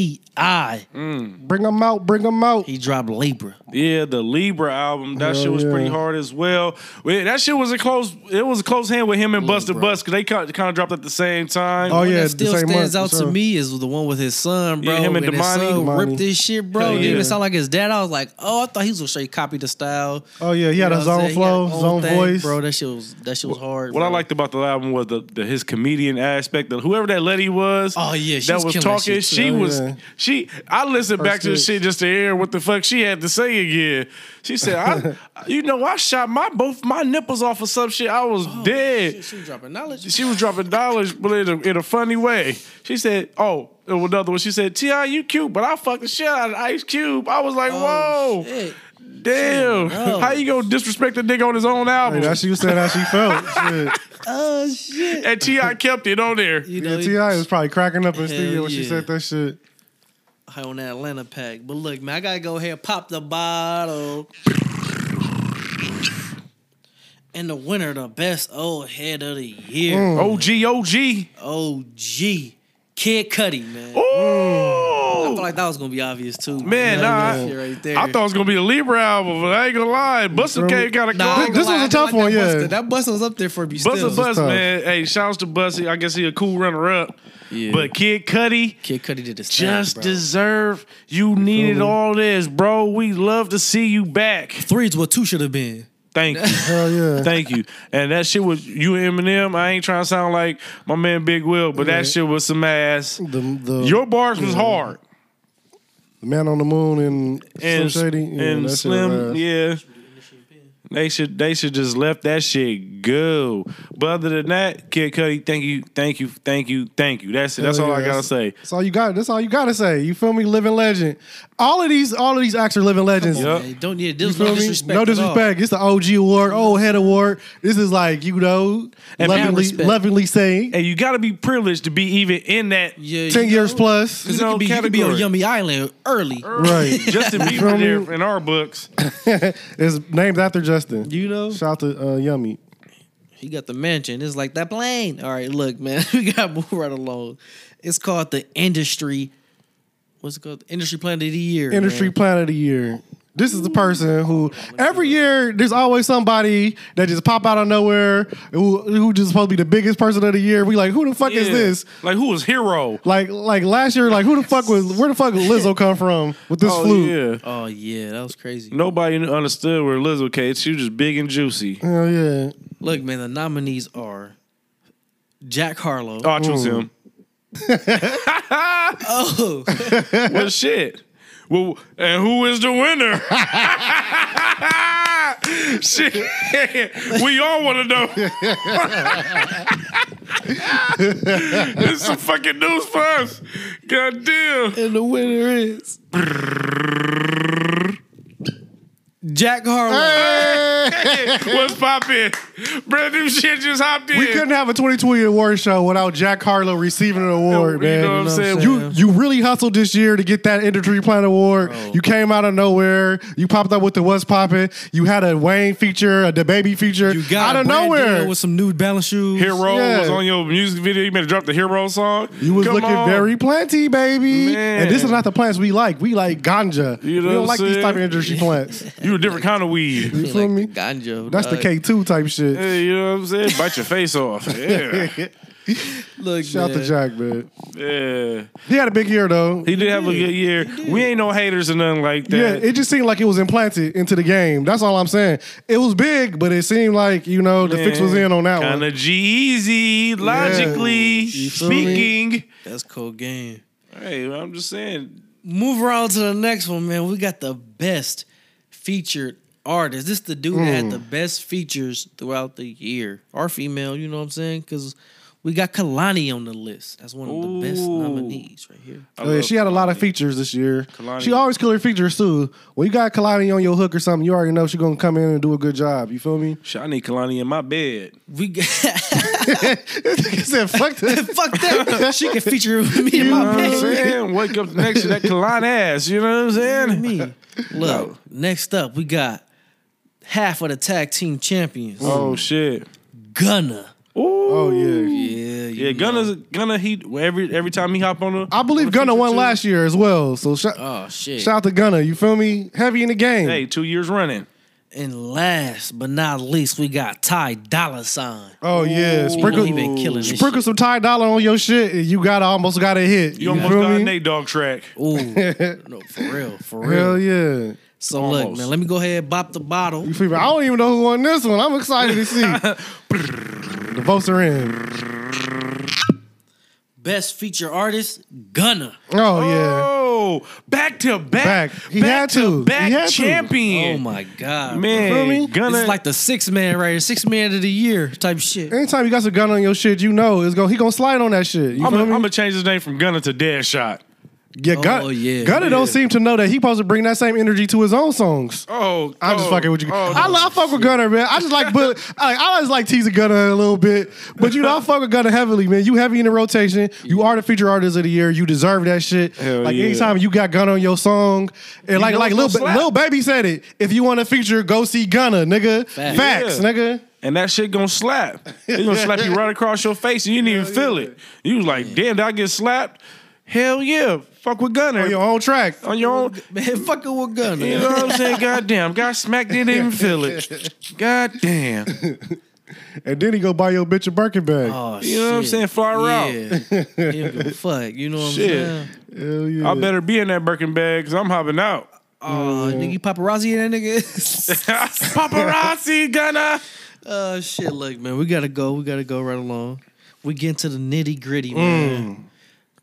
T.I.
Bring them out. Bring them out.
He dropped Libra.
Yeah, the Libra album. That
Hell
shit was
yeah.
pretty hard as well. Well, That shit was a close. It was a close hand with him and Buster
bro.
Bust because they kind of dropped at the same time.
Oh,
One
yeah,
that
the
still
same
stands
month,
out
for
to
sure.
me is the one with his son, bro.
Yeah, him and
When his
Damani.
son
Damani.
ripped this shit, bro.
Hell
It didn't
yeah.
even sound like his dad. I was like, oh, I thought he was gonna show you copy the style.
Oh, yeah, he had
know
his
what I'm
own
saying? He had
flow, his own voice.
bro. That shit was that shit was hard.
What I
bro.
liked about the album was the, the his comedian aspect. Of whoever that lady was,
Oh, yeah, she
that
was
was,
killing that
talking.
shit, too.
she
Oh,
was
yeah.
she. I listened
Her
back to this
skit.
shit just to hear what the fuck she had to say again. She said, "I, you know, I shot my both my nipples off of some shit. I was dead."
Oh, Shit, she was dropping knowledge.
she was dropping dollars, but in a, in a funny way. She said, "Oh, it was another one." She said, "Ti, you cute, but I fucked the shit out of Ice Cube." I was like, "Whoa,
Oh, shit.
damn!
Damn,
How you gonna disrespect a nigga on his own
Hey,
album?"
that she was saying how she felt. Shit.
Oh shit.
and Ti kept it on there.
You
Yeah,
know,
Ti was probably cracking up in the
Hell
studio when she
yeah.
said that shit.
he- on that Atlanta pack. But look, man, I gotta go ahead and pop the bottle. And the winner, the best old head of the year.
Mm.
OG, OG.
OG Kid Cudi, man.
Oh,
feel like Mm. that was gonna be obvious too.
Man,
You know,
nah.
that shit right there.
I thought it was gonna be a Libra album, but I ain't gonna lie. Busta
Remember-
K got a
Nah, I
call.
ain't
This
gonna
was
lie,
a
I did
tough
like
one,
that
yeah.
Busta. That bus was up there for me.
Busta
still.
Buzz,
tough.
man. Hey, shouts to Busta. I guess he a cool runner up.
Yeah.
But Kid Cudi
Kid Cudi did his thing,
just
bro.
deserve. You needed all this, bro. We love to see you back.
threes what two should have been.
Thank you.
Hell yeah.
Thank you. And that shit was you and Eminem. I ain't trying to sound like my man Big Will, but that shit was some ass.
The, the
Your bars was hard.
man on the moon and,
And,
Slim Shady yeah,
and
that shit
Slim,
was-
yeah. They should they should just left that shit go. But other than that, Kid Cudi, thank you, thank you, thank you, thank you. That's it. That's all
Hell yeah,
I gotta
that's-
say.
That's all you got. That's all you gotta say. You feel me? Living legend. All of these, all of these acts are living legends.
Come on, Yup.
Hey, don't yeah,
Uh, You
there's
feel
no
me?
disrespect.
No
at all.
disrespect. It's the OG award, old head award. This is like you know,
And
lovingly,
respect.
lovingly saying,
And you gotta be privileged to be even in that.
Yeah,
ten
you
years
know,
plus.
you
Cause it
know,
could be you could be on
category.
Yummy Island early.
Right.
Justin Bieber there in our books.
it's named after Justin.
You know,
Shout out to uh, Yummy.
he got the mansion. It's like that plane. All right, look, man, we gotta move right along. It's called the industry. What's it called? The industry Planet of the year.
Industry
man.
Planet of the Year. This is the person who
Oh,
every year there's always somebody that just pop out of nowhere who who just supposed to be the biggest person of the year. We like, who the fuck is
Yeah.
this?
Like who was hero?
Like like last year, like who the fuck was where the fuck did Lizzo come from with this
Oh,
flu?
yeah.
Oh yeah, that was crazy.
Nobody kn- understood where Lizzo came. She was just big and juicy.
Hell yeah.
Look, man, the nominees are Jack Harlow.
Oh, I chose him.
Oh,
Well, shit. Well, and who is the winner? shit. we all want to know. it's some fucking news for us. God damn.
and the winner is Jack Harlow.
What's poppin'? Bro, them shit just hopped in.
We couldn't have a 2020 award show without Jack Harlow receiving an award,
You
man.
know what I'm saying?
You you really hustled this year to get that industry plan award.
Oh.
You came out of nowhere. You popped up with the What's Poppin'. You had a Wayne feature, a baby feature.
You got
out of
a brand
nowhere.
deal with some New Balance shoes.
Hero
Yeah.
was on your music video. You better drop the Hero song.
you was
Come
looking
on.
very plenty, baby.
Man.
And this is not the plants we like. We like ganja.
You know
we
what
don't
I'm
like these
saying?
type of industry plants.
You a different kind of weed.
You feel
like
me?
the Ganja.
That's the
dog.
K2 type shit.
Hey, you know what I'm saying? Bite your face off. Yeah.
Look,
Shout out to
man.
Jack, man.
Yeah.
He had a big year though.
He did have a good year. We ain't no haters or nothing like
Yeah,
that.
it just seemed like it was implanted into the game. That's all I'm saying. It was big, but it seemed like you know the fix was in on that
Kind
one.
of G-Eazy, logically
You feel me?
speaking.
That's cool game.
Hey, I'm just saying.
Move around to the next one, man. We got the best featured artist. This the dude that had the best features throughout the year. Or female, you know what I'm saying? Because we got Kalani on the list. That's one of the best
Ooh.
nominees right here.
I
Uh,
love
she had a lot of
Kalani.
features this year.
Kalani.
She always killed her features too. When you got Kalani on your hook or something, you already know she's gonna come in and do a good job. You feel me?
Shit, I need Kalani in my bed.
We got
he said, "Fuck that."
fuck that. She can feature me in
You know
my
what I'm
bed.
saying? Wake up next to that Kalani ass. You know what I'm saying?
Me. Look, next up we got half of the tag team champions.
Oh, shit.
Gunna.
Ooh.
Oh yeah.
Yeah, you
Yeah,
know.
Gunna's Gunna. He every every time he hop on the,
I believe Gunna won last year as well. So shout,
Oh shit.
shout out to Gunna. You feel me? Heavy in the game.
hey, two years running.
And last but not least, we got Ty Dolla Sign.
Oh yeah.
Sprinkle,
Sprinkle
he been killing this
sprinkle some Ty Dollar on your shit. and You got almost got a hit.
You
You,
almost
feel
got
me?
an Nate Dog track.
shit. Ooh, no, for real, for real.
Hell yeah.
So look,
Almost.
man, let me go ahead and bop the bottle.
You feel me? I don't even know who won this one. I'm excited to see. the votes are in.
Best feature artist, Gunna.
Oh yeah.
Oh, back to back,
Back. He had to.
back
He had to.
champion.
Oh my
Feel
god,
me?
man,
This
Gunna.
is like the six man right here, six man of the year type shit.
Anytime you got some gun on your shit, you know it's going he gonna slide on that shit. You
I'm
feel me?
gonna change his name from Gunna to Deadshot.
yeah, gun,
Oh, yeah.
Gunna
Yeah.
don't seem to know that he supposed to bring that same energy to his own songs.
Oh,
I'm just
oh,
fucking with you.
oh,
I,
no.
love, I fuck with Gunner, man. I just like, but I, I just like teasing Gunner a little bit. But you know, I fuck with Gunner heavily, man. You heavy in the rotation. You are the feature artist of the year. You deserve that shit.
Hell
like
yeah.
anytime you got Gunner on your song, and like
know
like
it's
little
gonna
ba-
slap.
little baby said it. If you want a feature, go see Gunner, nigga.
Facts.
Facts,
Yeah.
nigga.
and that shit gonna slap. It's gonna slap you right across your face, and you didn't even feel it. You was like, damn, did I get slapped? Hell yeah, fuck with Gunner
on your own track.
on your own.
Man, fucking with
You
Gunna.
know what I'm saying? Goddamn, got smacked didn't even feel it. Goddamn,
And then he go buy your bitch a Birkin bag.
Oh,
you know what I'm
shit.
saying? Fly route.
Yeah. You don't give a fuck. You know what I'm
Shit.
saying?
Hell yeah.
I better be in that Birkin bag because I'm hopping out. Mm-hmm.
Oh, nigga, you paparazzi in that nigga?
Paparazzi Gunner.
Oh, shit. Look, man, we got to go. We got to go right along. We get into the nitty
Mm.
gritty, man.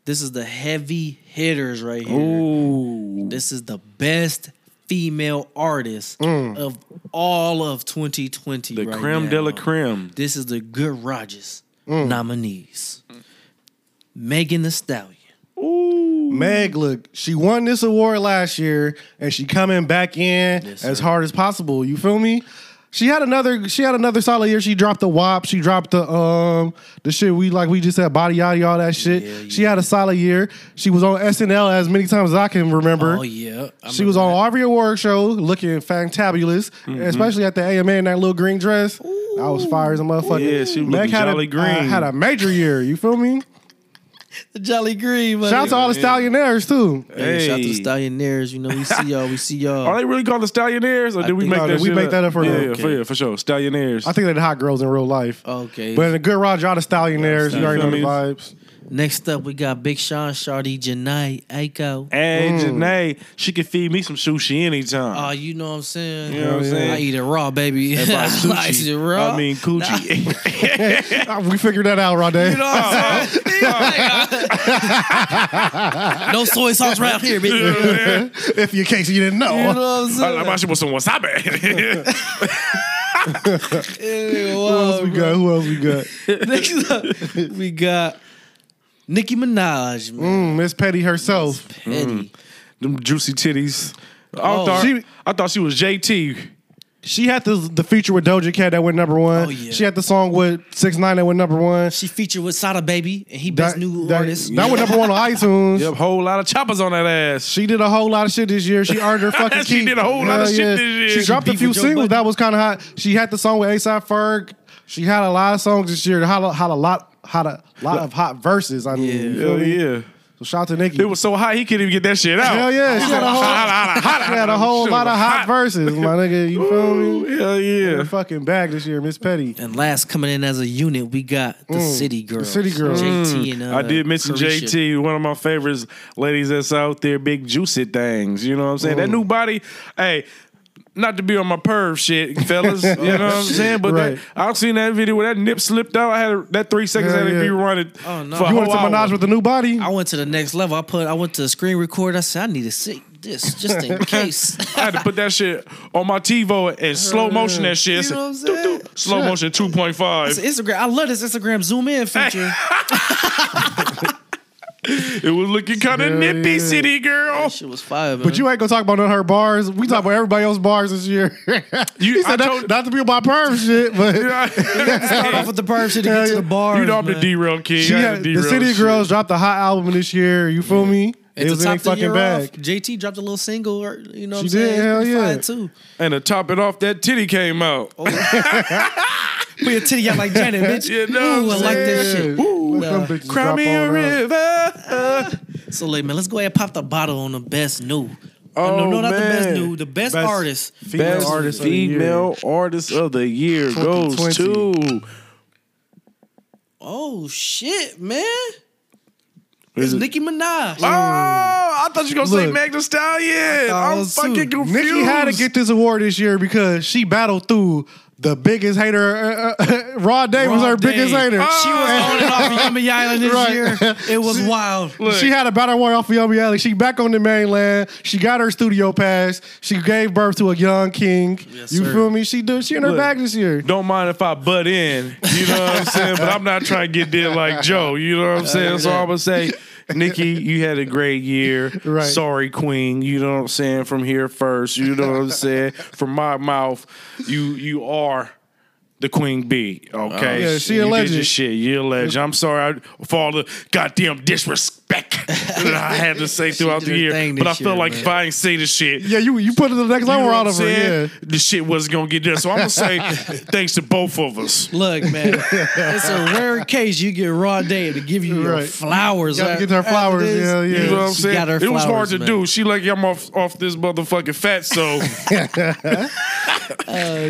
This is the heavy hitters right here.
Ooh,
This is the best female artist of all of 2020.
Mm. the
right
creme Mm. de la
now.
creme.
This is the Good Rogers nominees. Megan the Stallion.
Meg, look, she won this award last year, and she coming back in
Yes,
as
sir.
hard as possible. You feel me? She had another. She had another solid year. She dropped the WAP. She dropped the um the shit we like. We just had body yada all that shit.
Yeah,
She had a solid year. She was on SNL as many times as I can remember.
Oh yeah, I
She was
remember Mm-hmm.
on every award show looking fantabulous, especially at the AMA in that little green dress. I was fire as a motherfucker.
Yeah, she was looking
had
jolly
a,
green.
uh, had a major year. You feel me?
that. Jolly Green. Buddy.
Shout out to all the stallionaires too.
Hey, shout out to the
Hey.
Stallionaires. You know we see y'all. We see
Are
y'all.
they really called the Stallionaires, or did we
think-
make
No,
that?
we
shit
make that up for
yeah,
them.
yeah, for, yeah, for sure. Stallionaires.
I think they're the hot girls in real life.
Oh, Okay.
But in a good Roger, all the stallionaires, you already know the vibes.
Next up, we got Big Sean, Shardy, Janai, Aiko.
Hey, Janae, she could feed me some sushi
Mm. Oh,
anytime.
you know what I'm saying?
You know what I'm saying?
I eat it raw, baby.
And by
I like
sushi,
it raw.
I mean coochie.
Ah, we figured that out, Rade.
no soy sauce around here, bitch. You
if in case you didn't know.
know what I'm
I
saying?
like my shit with some wasabi.
Ew,
Who else we
wow,
got? Who else we got?
bro. Next up, we got Nicki Minaj, man.
Mm, Miss Petty herself.
Mm-hmm.
Petty.
Them juicy titties. I,
Oh.
thought,
She-
I thought she was JT.
She had the the feature with Doja Cat that went number one.
Oh, yeah.
She had the song with Six Nine that went number one.
She featured with Sada Baby, and he best new
that,
artist.
That went number one on iTunes.
Yep, whole lot of choppers on that ass.
She did a whole lot of shit this year. She earned her fucking
She
keep.
did a whole lot of
Hell
shit this year.
She
She
dropped a
beef
few
with Joe
singles
Budden.
that was kind of hot. She had the song with ASAP Ferg. She had a lot of songs this year. Had a, had a lot, had a lot of hot verses. I mean, you feel
Hell
me?
yeah.
So shout out to Nicki.
It was so hot he couldn't even get that shit out.
Hell yeah, she had a whole, she had a whole lot of hot, verses, my nigga. You feel me?
Hell
Her
yeah.
fucking bag this year, Miss Petty.
And last coming in as a unit, we got the City Girls.
Mm. City Girls. Mm.
JT and uh,
I did mention
Carisha.
JT, one of my favorites, ladies that's out there, big juicy things. You know what I'm saying? That new body, hey, not to be on my perv shit, fellas. you know what I'm saying? But
Right.
that, I've seen that video where that nip slipped out. I had that three seconds
Hell
had to
yeah.
be running.
Oh, no.
for a
You
whole
went to
hour.
Minaj with a new body.
I went to the next level. I put I went to screen record. I said I need to see this just in case.
I had to put that shit on my TiVo and slow motion that shit.
You know what I'm
Doot, doot. Slow motion 2.5.
It's Instagram. I love this Instagram zoom in feature.
It was looking kind of nippy, city girl.
Shit was fire, man.
But you ain't gonna talk about none of her bars. We talk about everybody else's bars this year.
You-
he
I
said that-
told-
not to be about perm shit, but
start off with the perv shit to
Hell
get to
yeah.
the bar.
you know I'm the derail king.
She
I
had, the
derail
City
shit.
Girls dropped a hot album this year. You feel me?
At
it
the
was in their
top of the
fucking
year
bag.
off, JT dropped a little single. Or, you know, what
She
I'm saying?
did, hell
Pretty
yeah.
fire, too.
And to top it off, that titty came out.
Oh,
Put your titty out like Janet, bitch.
You know
Ooh, I
what I'm
like this
Yeah.
shit.
Let them
Nah.
bitches
Cry
drop
me a
on out.
river.
So, like, man, let's go ahead and pop the bottle on the best new.
Oh,
no, no, not the best
man.
new. The best,
Best-
artist.
Female artist of the year.
artist of the year goes
2020.
to.
Oh, shit, man.
Is
It's
it-
Nicki Minaj.
Oh, I thought you were gonna say
Look.
Meg Thee Stallion.
thought it
I'm
was
fucking
too.
confused.
Nicki had to get this award this year because she battled through the biggest hater. Uh, uh, Raw Day was her
Raw
biggest
Day.
hater.
She was on and off of Yummy Island this
Right.
year. It was wild.
Look.
She had a battle royale off of Yummy Alley. She back on the mainland. She got her studio pass. She gave birth to a young king.
Yes,
you
sir.
feel me? She do. She in her
Look.
bag this year.
Don't mind if I butt in, you know what I'm saying? But I'm not trying to get there like Joe, you know what I'm saying? So I'm gonna say, Nikki, you had a great year.
Right.
Sorry, Queen, you know what I'm saying? From here first, you know what I'm saying? From my mouth, you you are the queen bee. Okay,
Oh, yeah, she
You
a
did
legend.
your Shit, you a legend. I'm sorry I, for all the goddamn disrespect that I had to say throughout
did
the
her
year.
thing
But I
this
feel
year,
like
man.
if I ain't say this shit,
Yeah, you you put it to the next
you know
level
what
out
I'm
of her. Yeah.
saying? The shit wasn't gonna get done. So I'm gonna say thanks to both of us.
Look, man, it's a rare case you get raw day to give you your
Right.
flowers.
Gotta
after-
get her
after
flowers,
this.
yeah, yeah.
You know what I'm
she
saying?
got her
it was hard
flowers,
to
man.
do. She like, yeah, I'm off off this motherfucking fat, so
Hell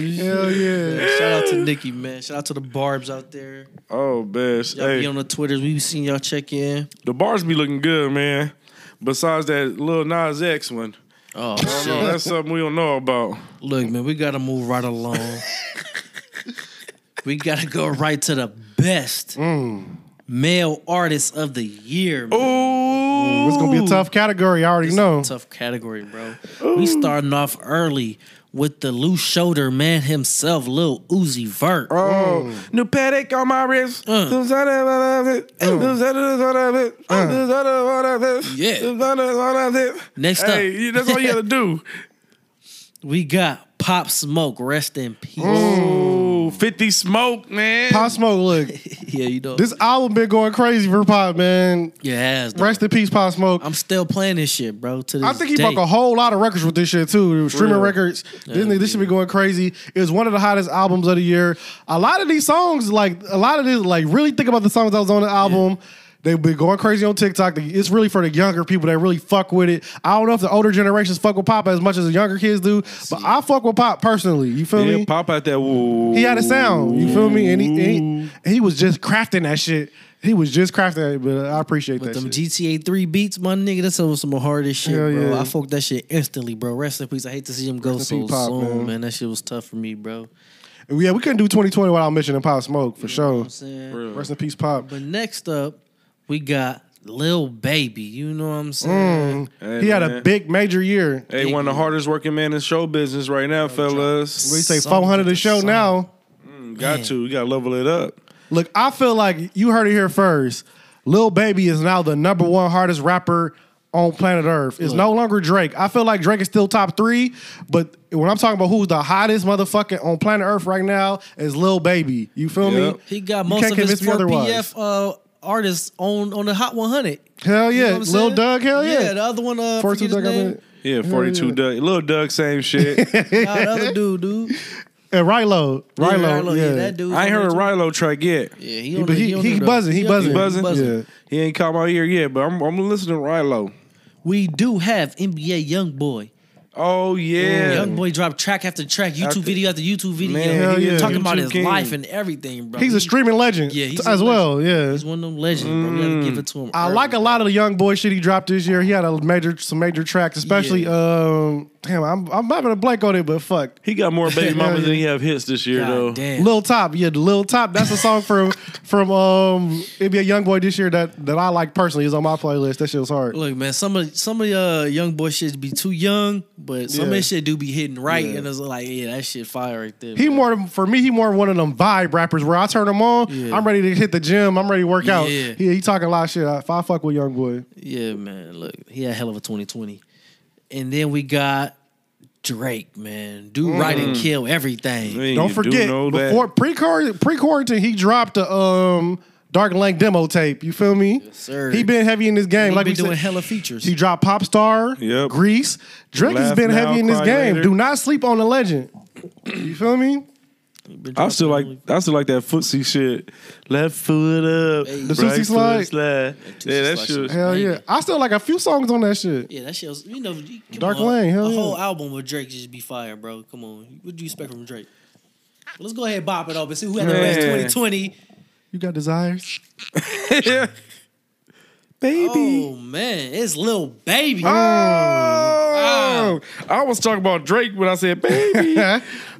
yeah.
Shout out to Nikki, man. Shout out to the Barb's out there.
oh bitch.
Y'all
Hey,
be on the Twitters. We seen y'all check in.
the bars be looking good, man. Besides that little Nas X one.
Oh
I don't know,
shit!
that's something we don't know about.
Look, man, we gotta move right along. we gotta go right to the best
Mm.
male artist of the year. Man.
Ooh.
It's gonna be a tough category. I already know.
Tough category, bro. We starting off early with the loose shoulder man himself, Lil Uzi Vert.
Oh, new paddock on my wrist.
Mm.
Who's that out of it? Who's that out of it? Who's that out of it?
Yeah.
Who's that out of it?
Next up.
Hey, you- that's all you gotta do.
We got Pop Smoke, rest in peace.
Oh.
Ooh, 50 Smoke, man.
Pop Smoke, look,
Yeah, you know.
this album been going crazy for Pop, man.
your ass. dog.
Rest in peace, Pop Smoke.
I'm still playing this shit, bro. To this
I think he
day.
broke a whole lot of records with this shit too. Streaming
Real.
records. This, nigga- this should be going crazy. It was one of the hottest albums of the year. A lot of these songs, like a lot of this, like really think about the songs that was on the album. They've been going crazy on TikTok. It's really for the younger people that really fuck with it. I don't know if the older generations fuck with pop as much as the younger kids do, but I fuck with pop personally. You feel
Yeah,
me?
pop out that woo.
He had a sound. You feel me? And he, and he, he was just crafting that shit. He was just crafting it, but I appreciate
With
that.
them
shit.
GTA 3 beats, my nigga, that's some some hardest shit,
Hell
bro.
yeah.
I fucked that shit instantly, bro. Rest in peace. I hate to see him go
Rest in
so
peace, Pop,
soon, man.
man.
That shit was tough for me, bro.
yeah, we couldn't do 2020 without mentioning Pop Smoke for
You know what
sure.
I'm saying?
Rest in peace, Pop.
But next up, we got Lil Baby. You know what
Mm.
I'm saying?
Hey,
He had a
man.
big major year.
Hey, one of the hardest working men in show business right now, fellas.
We say
Song
400 a
after
show
song.
now.
Got to. You got to level it up.
Look, I feel like you heard it here first. Lil Baby is now the number one hardest rapper on planet Earth. It's no longer Drake. I feel like Drake is still top three, but when I'm talking about who's the hottest motherfucker on planet Earth right now, is Lil Baby. You feel
Yep.
me?
He got
You
most
can't
of his
convince me
4
otherwise.
PF uh, artists on, on the Hot 100.
Hell
You know
yeah,
what I'm
Lil
saying?
Doug. Hell yeah,
the other one, uh,
42
forget his
Doug, I
name.
meant.
Yeah, 42
yeah.
Doug. Little Doug, same shit.
Nah, the other dude, dude.
And Rilo,
Yeah,
Rilo, yeah,
Rilo, yeah, that dude.
I ain't heard a
right.
Rilo track yet.
Yeah, he, on
but
the-
he-
on
he
the-
buzzing, he
on the-
He
He buzzing?
buzzing.
Yeah. He ain't caught my ear yet, but I'm, I'm listening to Rilo.
We do have NBA YoungBoy.
Oh, yeah.
YoungBoy dropped track after track, YouTube
After-
video after YouTube video.
Man, hell
He was
yeah.
Talking about
YouTube
his
king.
life and everything, bro.
He's a
He-
streaming legend
Yeah, he's a
as
legend.
well. Yeah.
He's one of them legends, bro. We gotta give it to him.
Mm. I
early.
like a lot of the young boy shit he dropped this year. He had a major some major tracks, especially
Yeah.
um damn, I'm I'm having a blank on it, but fuck.
He got more baby
Hell
mamas than
yeah.
he have hits this year, though.
God damn.
Lil Top, yeah, the Lil Top. That's a song from from um it be a young boy this year that that I like personally is on my playlist. That shit was hard.
Look, man, some of some of uh young boy shit be too young, but some of
Yeah.
his shit do be hitting right,
Yeah.
and it's like, yeah, that shit fire right there.
He
bro.
more for me. He more one of them vibe rappers where I turn him on.
Yeah.
I'm ready to hit the gym. I'm ready to work out.
Yeah.
Yeah, he, he talking a lot of shit. If I fuck with young boy,
yeah, man. Look, he had a hell of a 2020, and then we got Drake, man. Do right and
Mm.
kill everything.
We ain't
don't
do
forget
know that.
before pre pre quarantine he dropped a um Dark Lang demo tape. You feel me? Yes,
sir.
He been heavy in this game.
He
like
been
we
doing
said,
hella features.
He dropped Pop Star,
Yep.
Grease. Drake has
Laugh
been
now,
heavy in this
cry
game.
later.
Do not sleep on the legend. You feel me?
Been
I still like
dropping
I still like that footsie shit. Left foot up,
The
right
tootsie
foot
slide?
slide.
tootsie
Yeah, that
slide
shit.
shit.
was-
Hell
Maybe.
yeah. I still like a few songs on that shit.
Yeah, that shit was, you know, you- come
Dark
on,
Lane, hell
a
yeah.
whole album with Drake just be fire, bro. Come on. What do you expect from Drake? Let's go ahead and bop it up and see who had the
Man.
best 2020.
You got desires.
Baby.
Oh, man. It's Lil Baby.
Ah,
Ah.
Oh. I was talking about Drake when I said baby.
Lil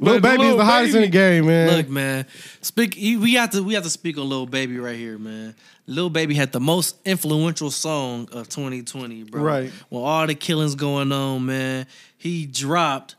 But
Baby is
Lil
the hottest in the
Baby-
game, man.
Look, man. Speak. We have to. We have to speak on Lil Baby right here, man. Lil Baby had the most influential song of 2020, bro.
Right.
With all the killings going on, man, he dropped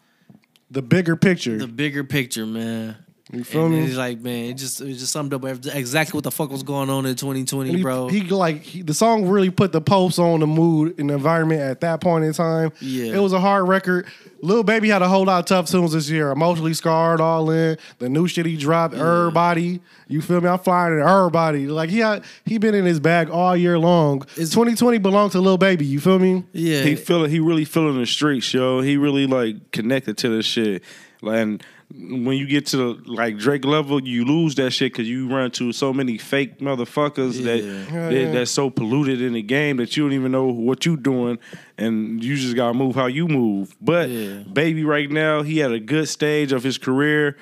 the bigger picture.
the bigger picture, man.
You feel
And
me?
it's like, man, it just it just summed up everyth- exactly what the fuck was going on in 2020,
And he,
bro.
he like he, the song really put the pulse on the mood and the environment at that point in time.
Yeah.
it was a hard record. Lil Baby had a whole lot of tough tunes this year. Emotionally scarred, all in the new shit he dropped. Everybody, you feel me? I'm flying in everybody. Like he had, he been in his bag all year long.
It's-
2020 belonged to Lil Baby. You feel me?
yeah,
He feeling he really feeling the streets, yo. He really like connected to this shit. Like, and when you get to the like Drake level, you lose that shit because you run to so many fake motherfuckers that,
Yeah.
that-
yeah.
that's so polluted in the game that you don't even know what you doing, and you just gotta move how you move. But
Yeah.
baby, right now he at a good stage of his career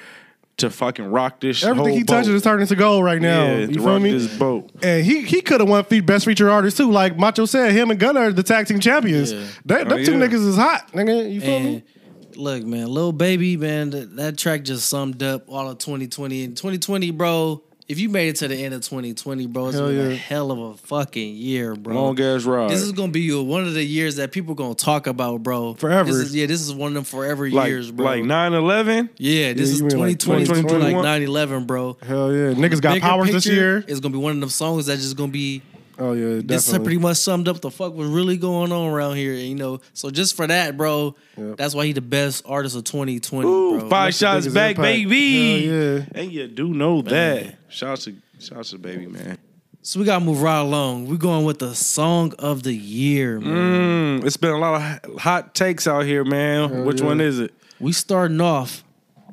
to fucking rock this.
Everything
whole
he touches
boat.
is turning to gold right now.
Yeah,
you
to
feel
rock
me?
this boat.
And he he could have won fe- best feature artist too. Like Macho said, him and Gunna are the tag team champions.
Yeah.
They, them
Oh,
two
yeah.
niggas is hot, nigga. You feel me?
And look, man, Lil Baby, man, that, that track just summed up all of 2020. And 2020, bro, if you made it to the end of 2020, bro, it's
Hell
been a
yeah.
hell of a fucking year, bro.
Long ass ride.
This is gonna be one of the years that people gonna talk about, bro.
Forever.
This is, yeah, this is one of them forever
like
years, bro.
like 9-11
yeah, this
Yeah,
is
you mean like
2020 to like
2021?
9/11, bro.
Hell yeah, niggas got
Bigger
powers this
picture,
year.
It's gonna be one of them songs that just gonna be
Oh yeah,
this
definitely.
pretty much summed up the fuck was really going on around here, you know. So just for that, bro,
Yep.
that's why he the best artist of 2020,
Ooh, five
bro.
That's the
shots
biggest
back,
impact.
baby.
Hell yeah.
And you do know that. Shouts to shouts to baby man.
So we gotta move right along. We're going with the song of the year, man.
Mm, it's been a lot of hot takes out here, man. Which
yeah.
one is it?
We starting off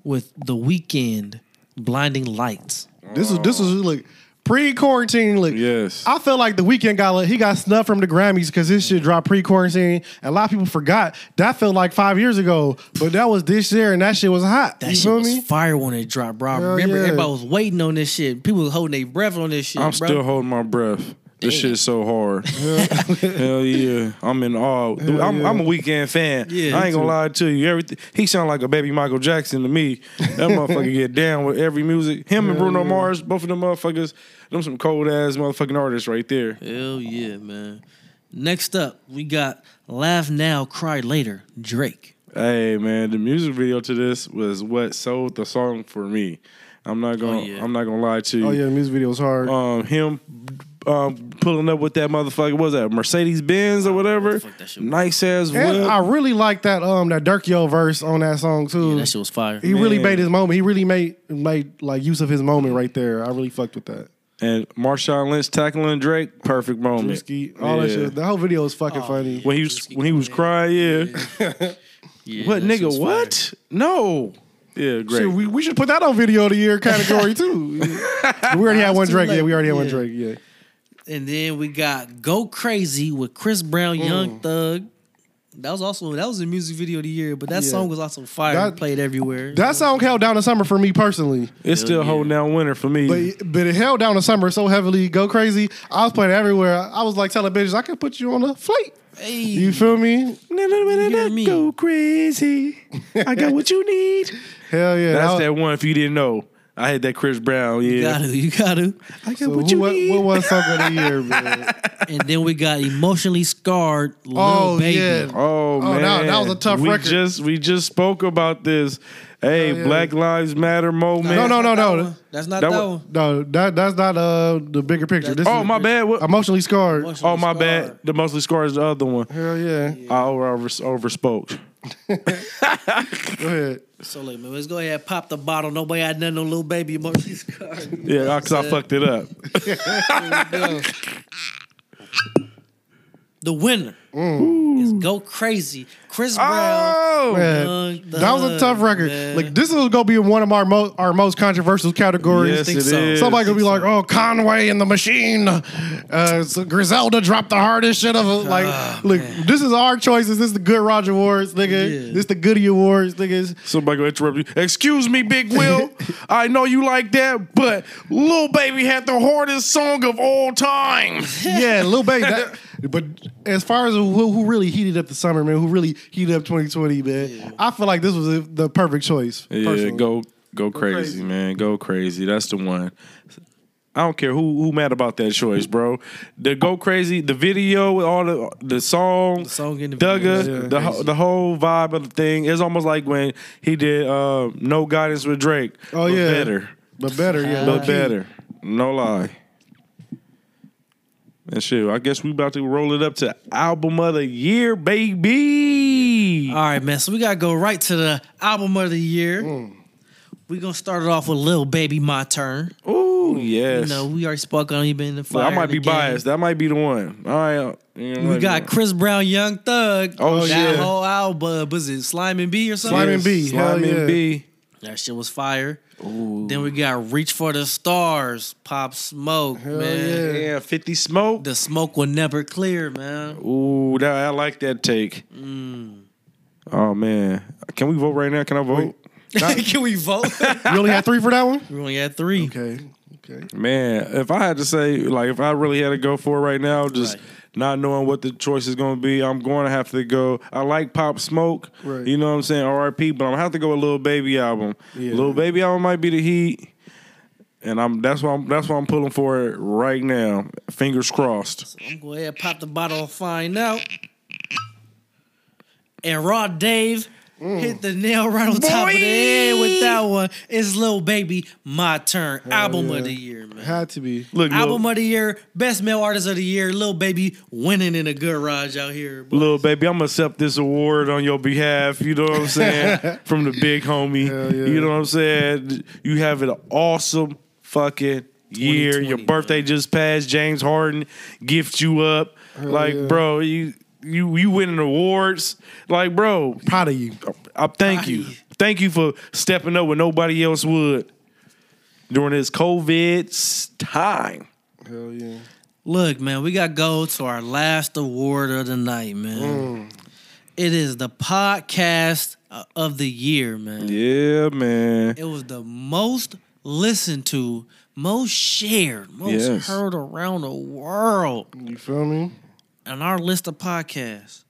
with the weekend blinding lights.
This is this was like pre quarantine. Like
Yes.
I felt like the weekend got like, he got snubbed from the Grammys because this shit dropped pre quarantine. A lot of people forgot that felt like five years ago, but that was this year and that shit was hot.
That
you
shit
feel
was
me?
fire when it dropped, bro. I
Hell
remember
yeah.
everybody was waiting on this shit. People was holding their breath on this shit,
I'm
bro.
still holding my breath. This
Damn.
shit's so hard. Hell yeah. I'm in awe. Dude, I'm, I'm a weekend fan.
Yeah,
I
me
ain't gonna lie to you. Everything he sound like a baby Michael Jackson to me. That motherfucker get down with every music. Him and Bruno Mars, both of them motherfuckers, them some cold ass motherfucking artists right there.
Hell yeah, man. Next up, we got Laugh Now, Cry Later, Drake.
Hey man, the music video to this was what sold the song for me. I'm not gonna
Oh, yeah.
I'm not gonna lie to you.
Oh yeah, the music video was hard.
Um him um pulling up with that motherfucker, what was that Mercedes Benz or whatever?
Oh, fuck that shit was.
Nice ass
and
whip.
I really like that um that Durkio verse on that song too.
That shit was fire.
he really
Man.
made his moment. He really made made like use of his moment right there. I really fucked with that.
and Marshawn Lynch tackling Drake, perfect moment.
Drewski, all that
Yeah.
shit. The whole video was fucking
Oh,
funny.
When he was when he was crying, yeah.
Yeah,
What
that shit was
nigga,
fire.
what? No. Yeah, great.
Shit, we, we should put that on video of the year category too. we already had one
too
Drake. Yeah,
late.
we already had one
Yeah.
Drake. Yeah.
And then we got Go Crazy with Chris Brown,
Mm.
Young Thug. That was also that was a music video of the year, but that
Yeah.
song was also fire
That-
and played everywhere.
That song held down the summer for me personally.
it's still
yeah.
holding down winter for me.
But but it held down the summer so heavily, go crazy. I was playing everywhere. I was like telling bitches, I could put you on a flight.
hey,
You feel me?
hear me?
Go crazy. I got what you need.
Hell yeah.
That's
I-
that one. If you didn't know, I had that Chris Brown.
you
Yeah,
gotta, you gotta.
I got
so who- what, what was song of the year, man?
and then we got emotionally scarred Lil
Oh,
Baby.
yeah.
Oh, man,
that- that was a tough
we
record.
Just we just spoke about this. Hey,
yeah.
Black Lives Matter moment.
No, no, no, no.
That's not that,
That
one.
one-
No, that that's not uh the bigger picture. This
Oh
is
my bad. What?
emotionally scarred.
Emotionally
Oh my bad.
scarred.
The mostly scar is the other one.
Hell yeah.
I over, over over spoke.
Go ahead.
So look, man, let's go ahead and pop the bottle. Nobody had nothing on Lil Baby emotionally scarred.
Yeah, because I fucked it up.
The winner
Mm.
is Go Crazy. Chris Brown.
Oh,
Man,
Young
that was a
Thug,
tough record.
man.
Like this is gonna be one of our most our most controversial categories.
yes,
think
it
so.
is.
Somebody gonna be like, "Oh, Conway and the Machine, uh, so Griselda dropped the hardest shit of
Ah,
it." Like, look, this is our choices. This is the Good Roger Awards, nigga.
Yeah.
This the Goody Awards, niggas.
Somebody gonna interrupt you. Excuse me, Big Will. I know you like that, but Lil Baby had the hardest song of all time.
Yeah, Lil Baby. That, but as far as who, who really heated up the summer, man, who really heated up 2020, man, I feel like this was the- the perfect choice.
Yeah,
personally.
go go crazy,
crazy.
man. Go crazy. That's the one. I don't care who who mad about that choice, bro. The go crazy, the video, with all the the song,
The song and the
Duggar,
video.
the ho- the whole vibe of the thing. It's almost like when he did uh, no guidance with Drake.
Oh,
but
yeah.
better,
But better, yeah.
but
low-key.
better. No lie. And shit, I guess we about to roll it up to album of the year, baby.
All right, man. So we gotta go right to the album of the year.
Mm.
We're gonna start it off with Lil Baby My Turn.
Ooh, yes.
You know, we already spoke on you been in the
Look,
fire.
I might
in
be
the game.
biased. That might be the one. All right. uh, you know
We
what?
got Chris Brown, Young Thug.
Oh,
that
yeah.
whole album was it Slime and B or something?
Slime and B, hell
Slime
yeah.
and B.
That shit was fire. Then we got Reach for the Stars, Pop Smoke, man.
Yeah, 50 Smoke.
The smoke will never clear, man.
Ooh, that, I like that take.
Mm.
Oh, man. Can we vote right now? Can I vote?
Can we vote?
You only had three for that one?
we only had three.
Okay. Okay.
Man, if I had to say, like, if I really had to go for it right now, just
Right.
not knowing what the choice is going to be, I'm going to have to go. I like Pop Smoke,
Right.
you know what I'm saying, RIP, but I'm going to have to go with Lil Baby album.
Yeah.
Lil Baby album might be the heat, and I'm that's why I'm that's why I'm pulling for it right now. Fingers crossed.
I'm going ahead pop the bottle and find out. And Raw Dave hit the nail right on top of the
Boy.
head with that one. It's Lil Baby, My Turn. album
yeah.
of the year, man.
Had to be.
Look, Lil-
album of the year, best male artist of the year, Lil Baby winning in a garage out here. boy.
Little baby, I'm gonna accept this award on your behalf. You know what I'm saying? From the big homie.
Hell yeah.
You know what I'm saying? You have an awesome fucking year.
2020,
Your birthday just passed. James Harden gift you up. like,
yeah.
bro, you you you winning awards. Like, bro,
Proud of you.
I thank you.
Right.
Thank you for stepping up when nobody else would during this COVID time.
Hell yeah.
Look, man, we got to go to our last award of the night, man. It is the podcast uh, of the year, man.
Yeah, man.
It was the most listened to, most shared, most
Yes.
heard around the world.
You feel me?
On our list of podcasts,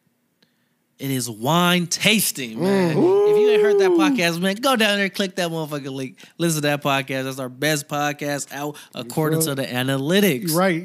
it is wine
Mm.
tasting, man. If you ain't heard that podcast, man, go down there, click that motherfucking link, listen to that podcast. That's our best podcast out according to
feel-
the analytics.
You're right.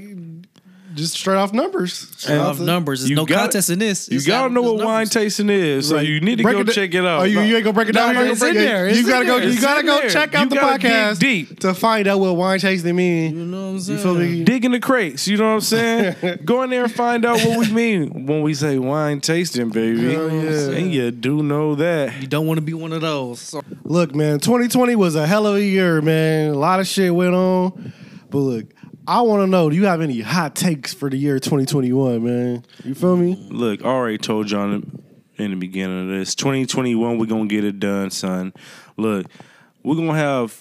Just straight off numbers. Straight
Of numbers, there's
you
no
gotta-
contest in this.
You
It's
gotta
out-
know
it's
what wine
numbers.
tasting is, so
Right.
you need to
Break
go
da-
check it out.
Oh, you, you ain't gonna break it
No,
down.
no,
You ain't
it's
gonna
in
break it-
there.
You
It's
gotta
in
go.
there.
You
It's
gotta
in
go
there.
check
You
out the
gotta dig
podcast
deep.
to find out what wine tasting
You
mean.
know what I'm saying?
You feel me?
digging the crates. You know what I'm saying? Go in there and find out what we mean when we say wine tasting, baby.
Hell yeah.
And you do know that.
You don't want to be one of those. So-
Look, man, 2020 was a hell of a year, man. A lot of shit went on. But look, I want to know do you have any hot takes for the year 2021, man? You feel me?
Look, I already told y'all in in the beginning of this. 2021, we're gonna get it done, son. Look, we're gonna have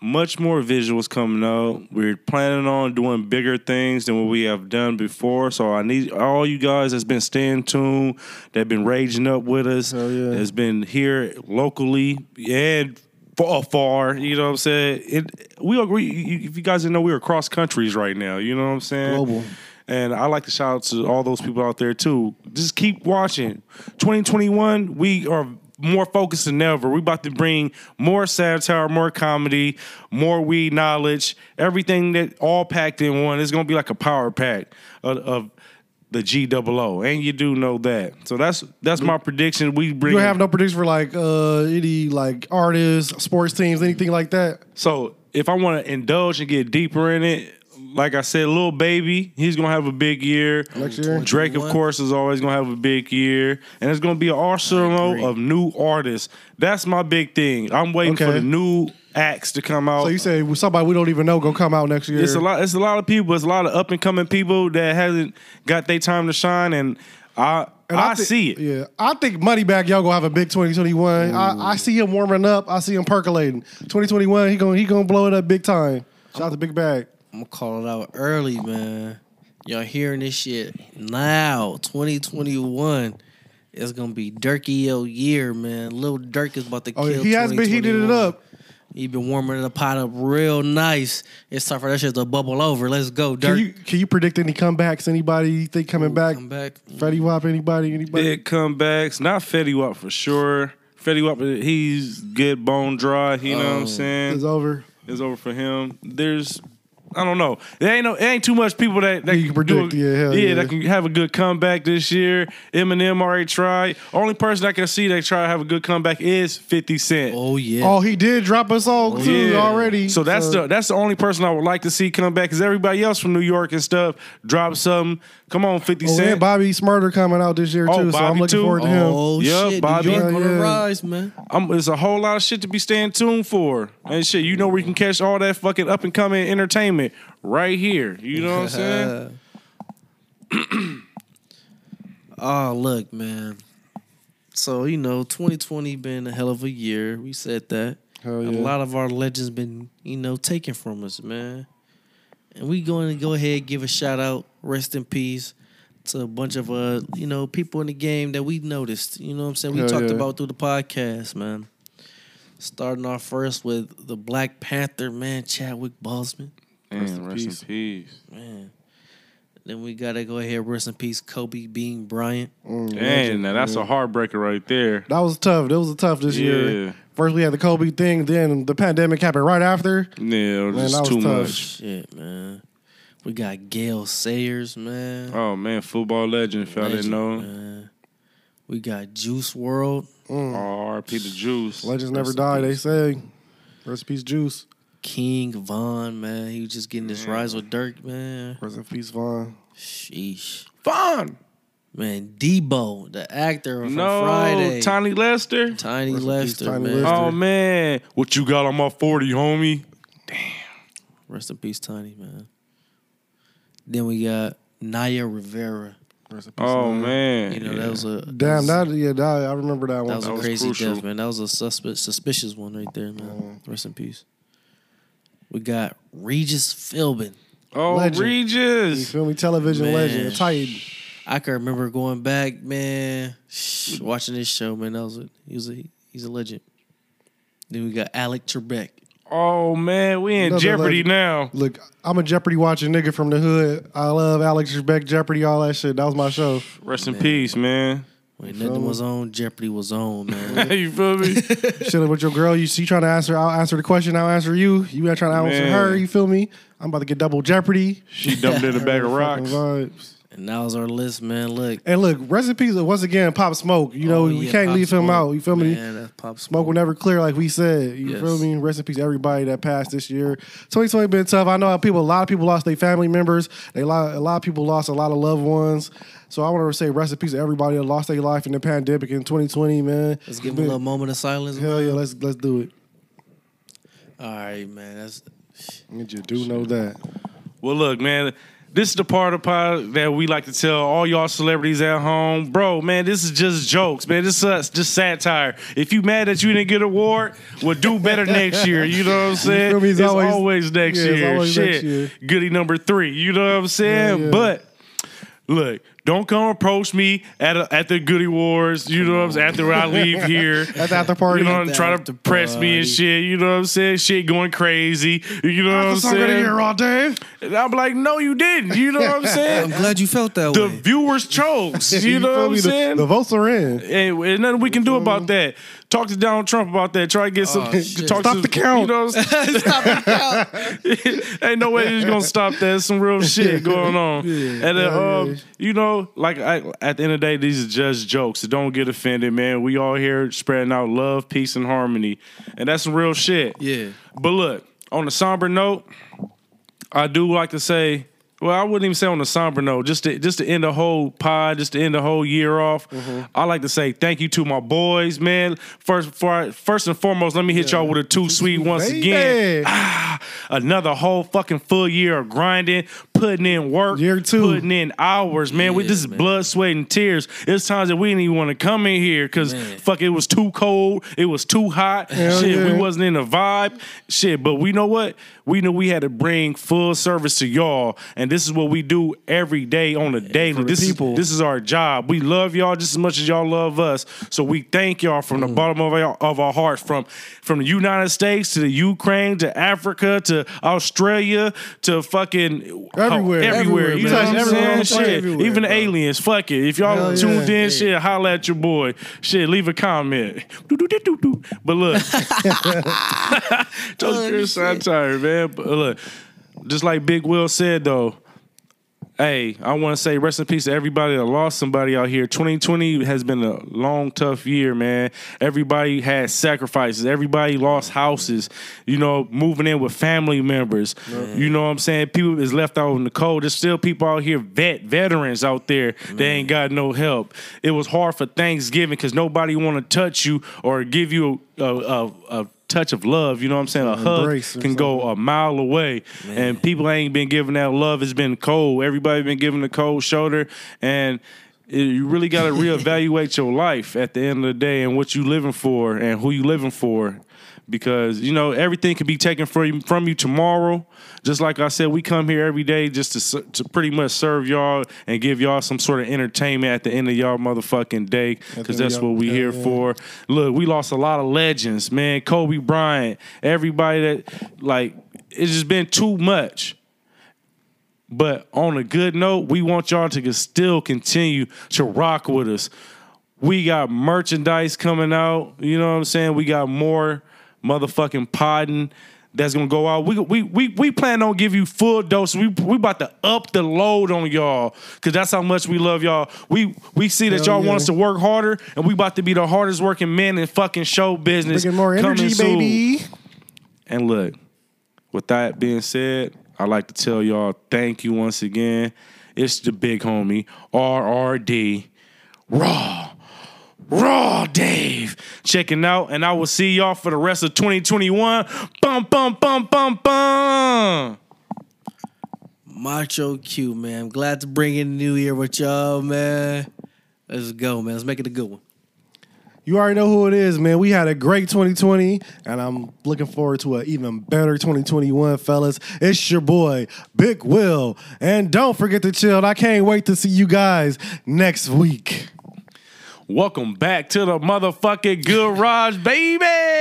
much more visuals coming out. We're planning on doing bigger things than what we have done before. So I need all you guys that's been staying tuned, that been raging up with us,
Hell yeah.
that's been here locally and far, far. You know what I'm saying? It we are. We, you- if you guys didn't know, we are cross countries right now. You know what I'm saying?
Global.
And I like to shout out to all those people out there too. Just keep watching. 2021, we are more focused than ever. We're about to bring more satire, more comedy, more weed knowledge, everything that all packed in one. It's gonna be like a power pack of, of the G double O. And you do know that. So that's that's my prediction. We bring
You don't have no prediction for like uh, any like artists, sports teams, anything like that?
So if I want to indulge and get deeper in it, like I said, little baby, he's gonna have a big year.
Next year.
Drake, of course, is always gonna have a big year, and it's gonna be an arsenal of new artists. That's my big thing. I'm waiting for
Okay.
the new acts to come out.
So you say well, somebody we don't even know gonna come out next year?
It's a lot. It's a lot of people. It's a lot of up and coming people that hasn't got their time to shine, and I
And
I,
thi-
see it.
Yeah, I think Moneybag y'all gonna have a big 2021. I, I see him warming up. I see him percolating. 2021, he gonna he gonna blow it up big time. Shout out to Big Bag.
I'm gonna call it out early, man. Y'all hearing this shit now? 2021 is gonna be Durky yo year, man. Little Dirk is about to kill.
Oh, yeah, he has been heating it
2021.
up.
He been warming the pot up real nice. It's time for that shit to bubble over. Let's go, Dirk.
Can you can you predict any comebacks? Anybody you think coming back?
Come back.
Freddie Wap? Anybody? Anybody?
Big comebacks. Not Fetty Wap for sure. Fetty Wap,
Oh.
he's good bone dry. You know what I'm saying?
It's over.
is over for him. There's I don't know. There ain't no, there ain't too much people that that
You can predict,
do a-
yeah, hell yeah.
that can have a good comeback this year. Eminem already tried. Only person I can see that try to have a good comeback is Fifty Cent.
Oh yeah.
Oh, he did drop us all too
Oh, Yeah.
Oh, already.
So that's the that's the only person I would like to see come back because everybody else from New York and stuff drop something. Come on, Fifty
Oh,
Cent.
and Bobby Smarter coming out this year
Oh,
too. so I'm
Bobby,
looking
too?
forward to him.
Oh
Yeah,
shit,
Bobby.
New York
Yeah,
on the
yeah.
rise, man.
I'm, there's a whole lot of shit to be staying tuned for and shit. You know where you can catch all that fucking up and coming entertainment right here. You know what I'm saying?
oh, look, man. So you know, 2020 been a hell of a year. We said that.
Oh,
Hell
A
yeah.
lot of our legends been, you know, taken from us, man. And we going to go ahead and give a shout out, rest in peace, to a bunch of uh, you know, people in the game that we noticed. You know what I'm saying? We
Oh,
Hell
talked
yeah.
about through the podcast, man. Starting off first with the Black Panther, man, Chadwick Boseman.
Rest, in,
rest in
peace.
Man. Then we gotta go ahead, rest in peace, Kobe Bean Bryant.
Mm,
Man, now that's a heartbreaker right there.
That was tough. That was tough this
Yeah.
year. First we had the Kobe thing, then the pandemic happened right after.
Yeah, it
Man,
was
that was
too
tough.
much.
Shit, man. We got Gail Sayers, man.
Oh man, football legend. If y'all didn't
Legend,
know,
man. We got Juice World,
R.P. the Juice.
Legends never
Rest in
die, they
peace.
say. Rest in peace, Juice.
King Von, man. He was just getting his
Man.
rise with Dirk, man.
Rest in peace, Vaughn.
Sheesh.
Fun.
Man, Debo, the actor from
No,
Friday.
Tiny Lester.
Tiny
Rest in peace,
Lester,
Tiny
man.
Lester.
Oh man, what you got on my forty, homie?
Oh. Rest in peace, Tiny, man. Then we got Naya Rivera.
Rest in peace,
Oh
Vaughn.
man,
You know,
Yeah.
that was a
Damn,
that was,
that yeah, that, I remember that
that
one.
was
that
a
was
crazy
crucial.
death, man. That was a suspe- suspicious one right there,
Mm.
man. Rest in peace. We got Regis Philbin.
Oh
Legend. you
Regis.
feel me? Television
Man.
legend, a Titan.
I can remember going back, man, shh, watching this show, man. That was a, he was a he's a legend. Then we got Alec Trebek.
Oh man, we in
Another
jeopardy
legend.
now.
Look, I'm a Jeopardy watching nigga from the hood. I love Alex Trebek, Jeopardy, all that shit. That was my show.
Rest in peace, man.
When
feel
nothing
me?
was on, Jeopardy was on, man.
you feel me?
Chilling with your girl, you see, trying to answer. I'll answer the question. I'll answer you. You not trying to answer
Man.
her. You feel me? I'm about to get double Jeopardy.
She dumped in a bag of
Fucking
rocks.
vibes.
and that was our list, man. Look.
And look, recipes once again, Pop Smoke. You know,
Oh,
we
yeah,
can't
Pop
leave him
Smoke.
out. You feel me?
Man, that's pop
Smoke will never clear, like we said. You
Yes.
feel me? Rest in peace, everybody that passed this year. 2020 been tough. I know how people, a lot of people lost their family members. They lo- a lot of people lost a lot of loved ones. So I want to say rest in peace to everybody that lost their life in the pandemic in 2020, man.
Let's give him a little moment of silence.
Hell yeah, let's let's do it.
All right, man. That's
And you do know that.
Well, look, man, this is the part of pod that we like to tell all y'all celebrities at home, bro. Man, this is just jokes, man. This is us, just satire. If you mad that you didn't get an award, well, do better next year. You know what I'm saying?
feel me?
It's
It's
always,
always-
next
yeah, it's
year.
always
Shit,
next year.
goody number three. You know what I'm saying?
Yeah, yeah.
But look. Don't come approach me at a, at the Goody Wars, you know what I'm saying? After I leave here,
At the after party.
you know,
That
trying
was
to
the
press me and
party.
shit. You know what I'm saying? Shit going crazy. You know what I'm
That's what I'm gonna
saying?
hear all day.
And I'm like, no, you didn't. You know what I'm saying?
glad you felt that
the viewers chose. You know
feel
what I'm
me? The-
saying?
The votes are in.
and, and nothing we can do about that. Talk to Donald Trump about that. Try to get some.
Oh, shit.
talk
Stop
to,
the count.
You know what I'm saying?
Stop it out.
Ain't no way he's gonna stop that. It's Some real shit going on. and uh,
yeah,
um,
yeah.
you know, like I, at the end of the day, these are just jokes. So don't get offended, man. We all here spreading out love, peace, and harmony, and that's some real shit.
Yeah.
But look, on a somber note, I do like to say, well, I wouldn't even say on a somber note, just to just to end the whole pod, just to end the whole year off. I like to say thank you to my boys, man. First, for, first and foremost, let me hit y'all with a two sweet once
Baby.
again Ah, another whole fucking full year of grinding, putting in work,
Year two.
putting in hours, man. with
Yeah,
this is
man.
blood, sweat, and tears. It's times that we didn't even want to come in here because
Man.
fuck, it was too cold, it was too hot.
Hell
Shit, we
yeah.
wasn't in the vibe. Shit, but we know what? We knew we had to bring full service to y'all, and this is what we do every day on a daily.
for the
This is,
people.
this is our job. We love y'all just as much as y'all love us. So we thank y'all from the
Mm.
bottom of our, of our hearts, from from the United States to the Ukraine to Africa to Australia to fucking
Everywhere.
everywhere,
Everywhere,
You
man.
know what I'm
Touch
saying?
everyone,
Shit,
everywhere,
even the
bro.
aliens. Fuck it. If y'all
Hell yeah.
tuned in, shit, holla at your boy. Shit, leave a comment. Doo-doo-doo-doo-doo. But look, don't
Oh,
Chris, I'm tired, man. But look. just like Big Will said though, hey, I want to say rest in peace to everybody that lost somebody out here. 2020 has been a long, tough year, man. Everybody had sacrifices. Everybody lost houses. You know, moving in with family members. You know what I'm saying? People is left out in the cold. There's still people out here, vet veterans out there. They ain't got no help. It was hard for Thanksgiving because nobody want to touch you or give you a, a, a, a touch of love. You know what I'm saying? A hug
embrace or
can go a mile away, and people ain't been giving that love. It's been cold. Everybody been giving the cold shoulder, and it- you really got to reevaluate your life at the end of the day and what you living for and who you living for. Because you know everything can be taken from you, from you tomorrow. Just like I said, we come here every day just to s- to pretty much serve y'all and give y'all some sort of entertainment at the end of y'all motherfucking day. Because
end of
that's
y'all
what we here
goddamn-
for for. Look, we lost a lot of legends, man. Kobe Bryant, everybody that like it's just been too much. But on a good note, we want y'all to still continue to rock with us. We got merchandise coming out. You know what I'm saying? We got more motherfucking podding that's gonna go out. We we we we plan on give you full dose. We we about to up the load on y'all because that's how much we love y'all. We we see that
Hell
y'all
yeah.
want us to work harder, and we about to be the hardest working men in fucking show business.
Bringing more
coming
energy,
soon.
baby.
And look, with that being said, I'd like to tell y'all thank you once again. It's the big homie, RRD. Raw. Raw Dave. Checking out, and I will see y'all for the rest of 2021. Bum, bum, bum, bum, bum.
Macho Q, man. I'm glad to bring in the new year with y'all, man. Let's go, man. Let's make it a good one.
You already know who it is, man. We had a great 2020, and I'm looking forward to an even better 2021, fellas. It's your boy, Big Will. And don't forget to chill. I can't wait to see you guys next week.
Welcome back to the motherfucking garage, baby.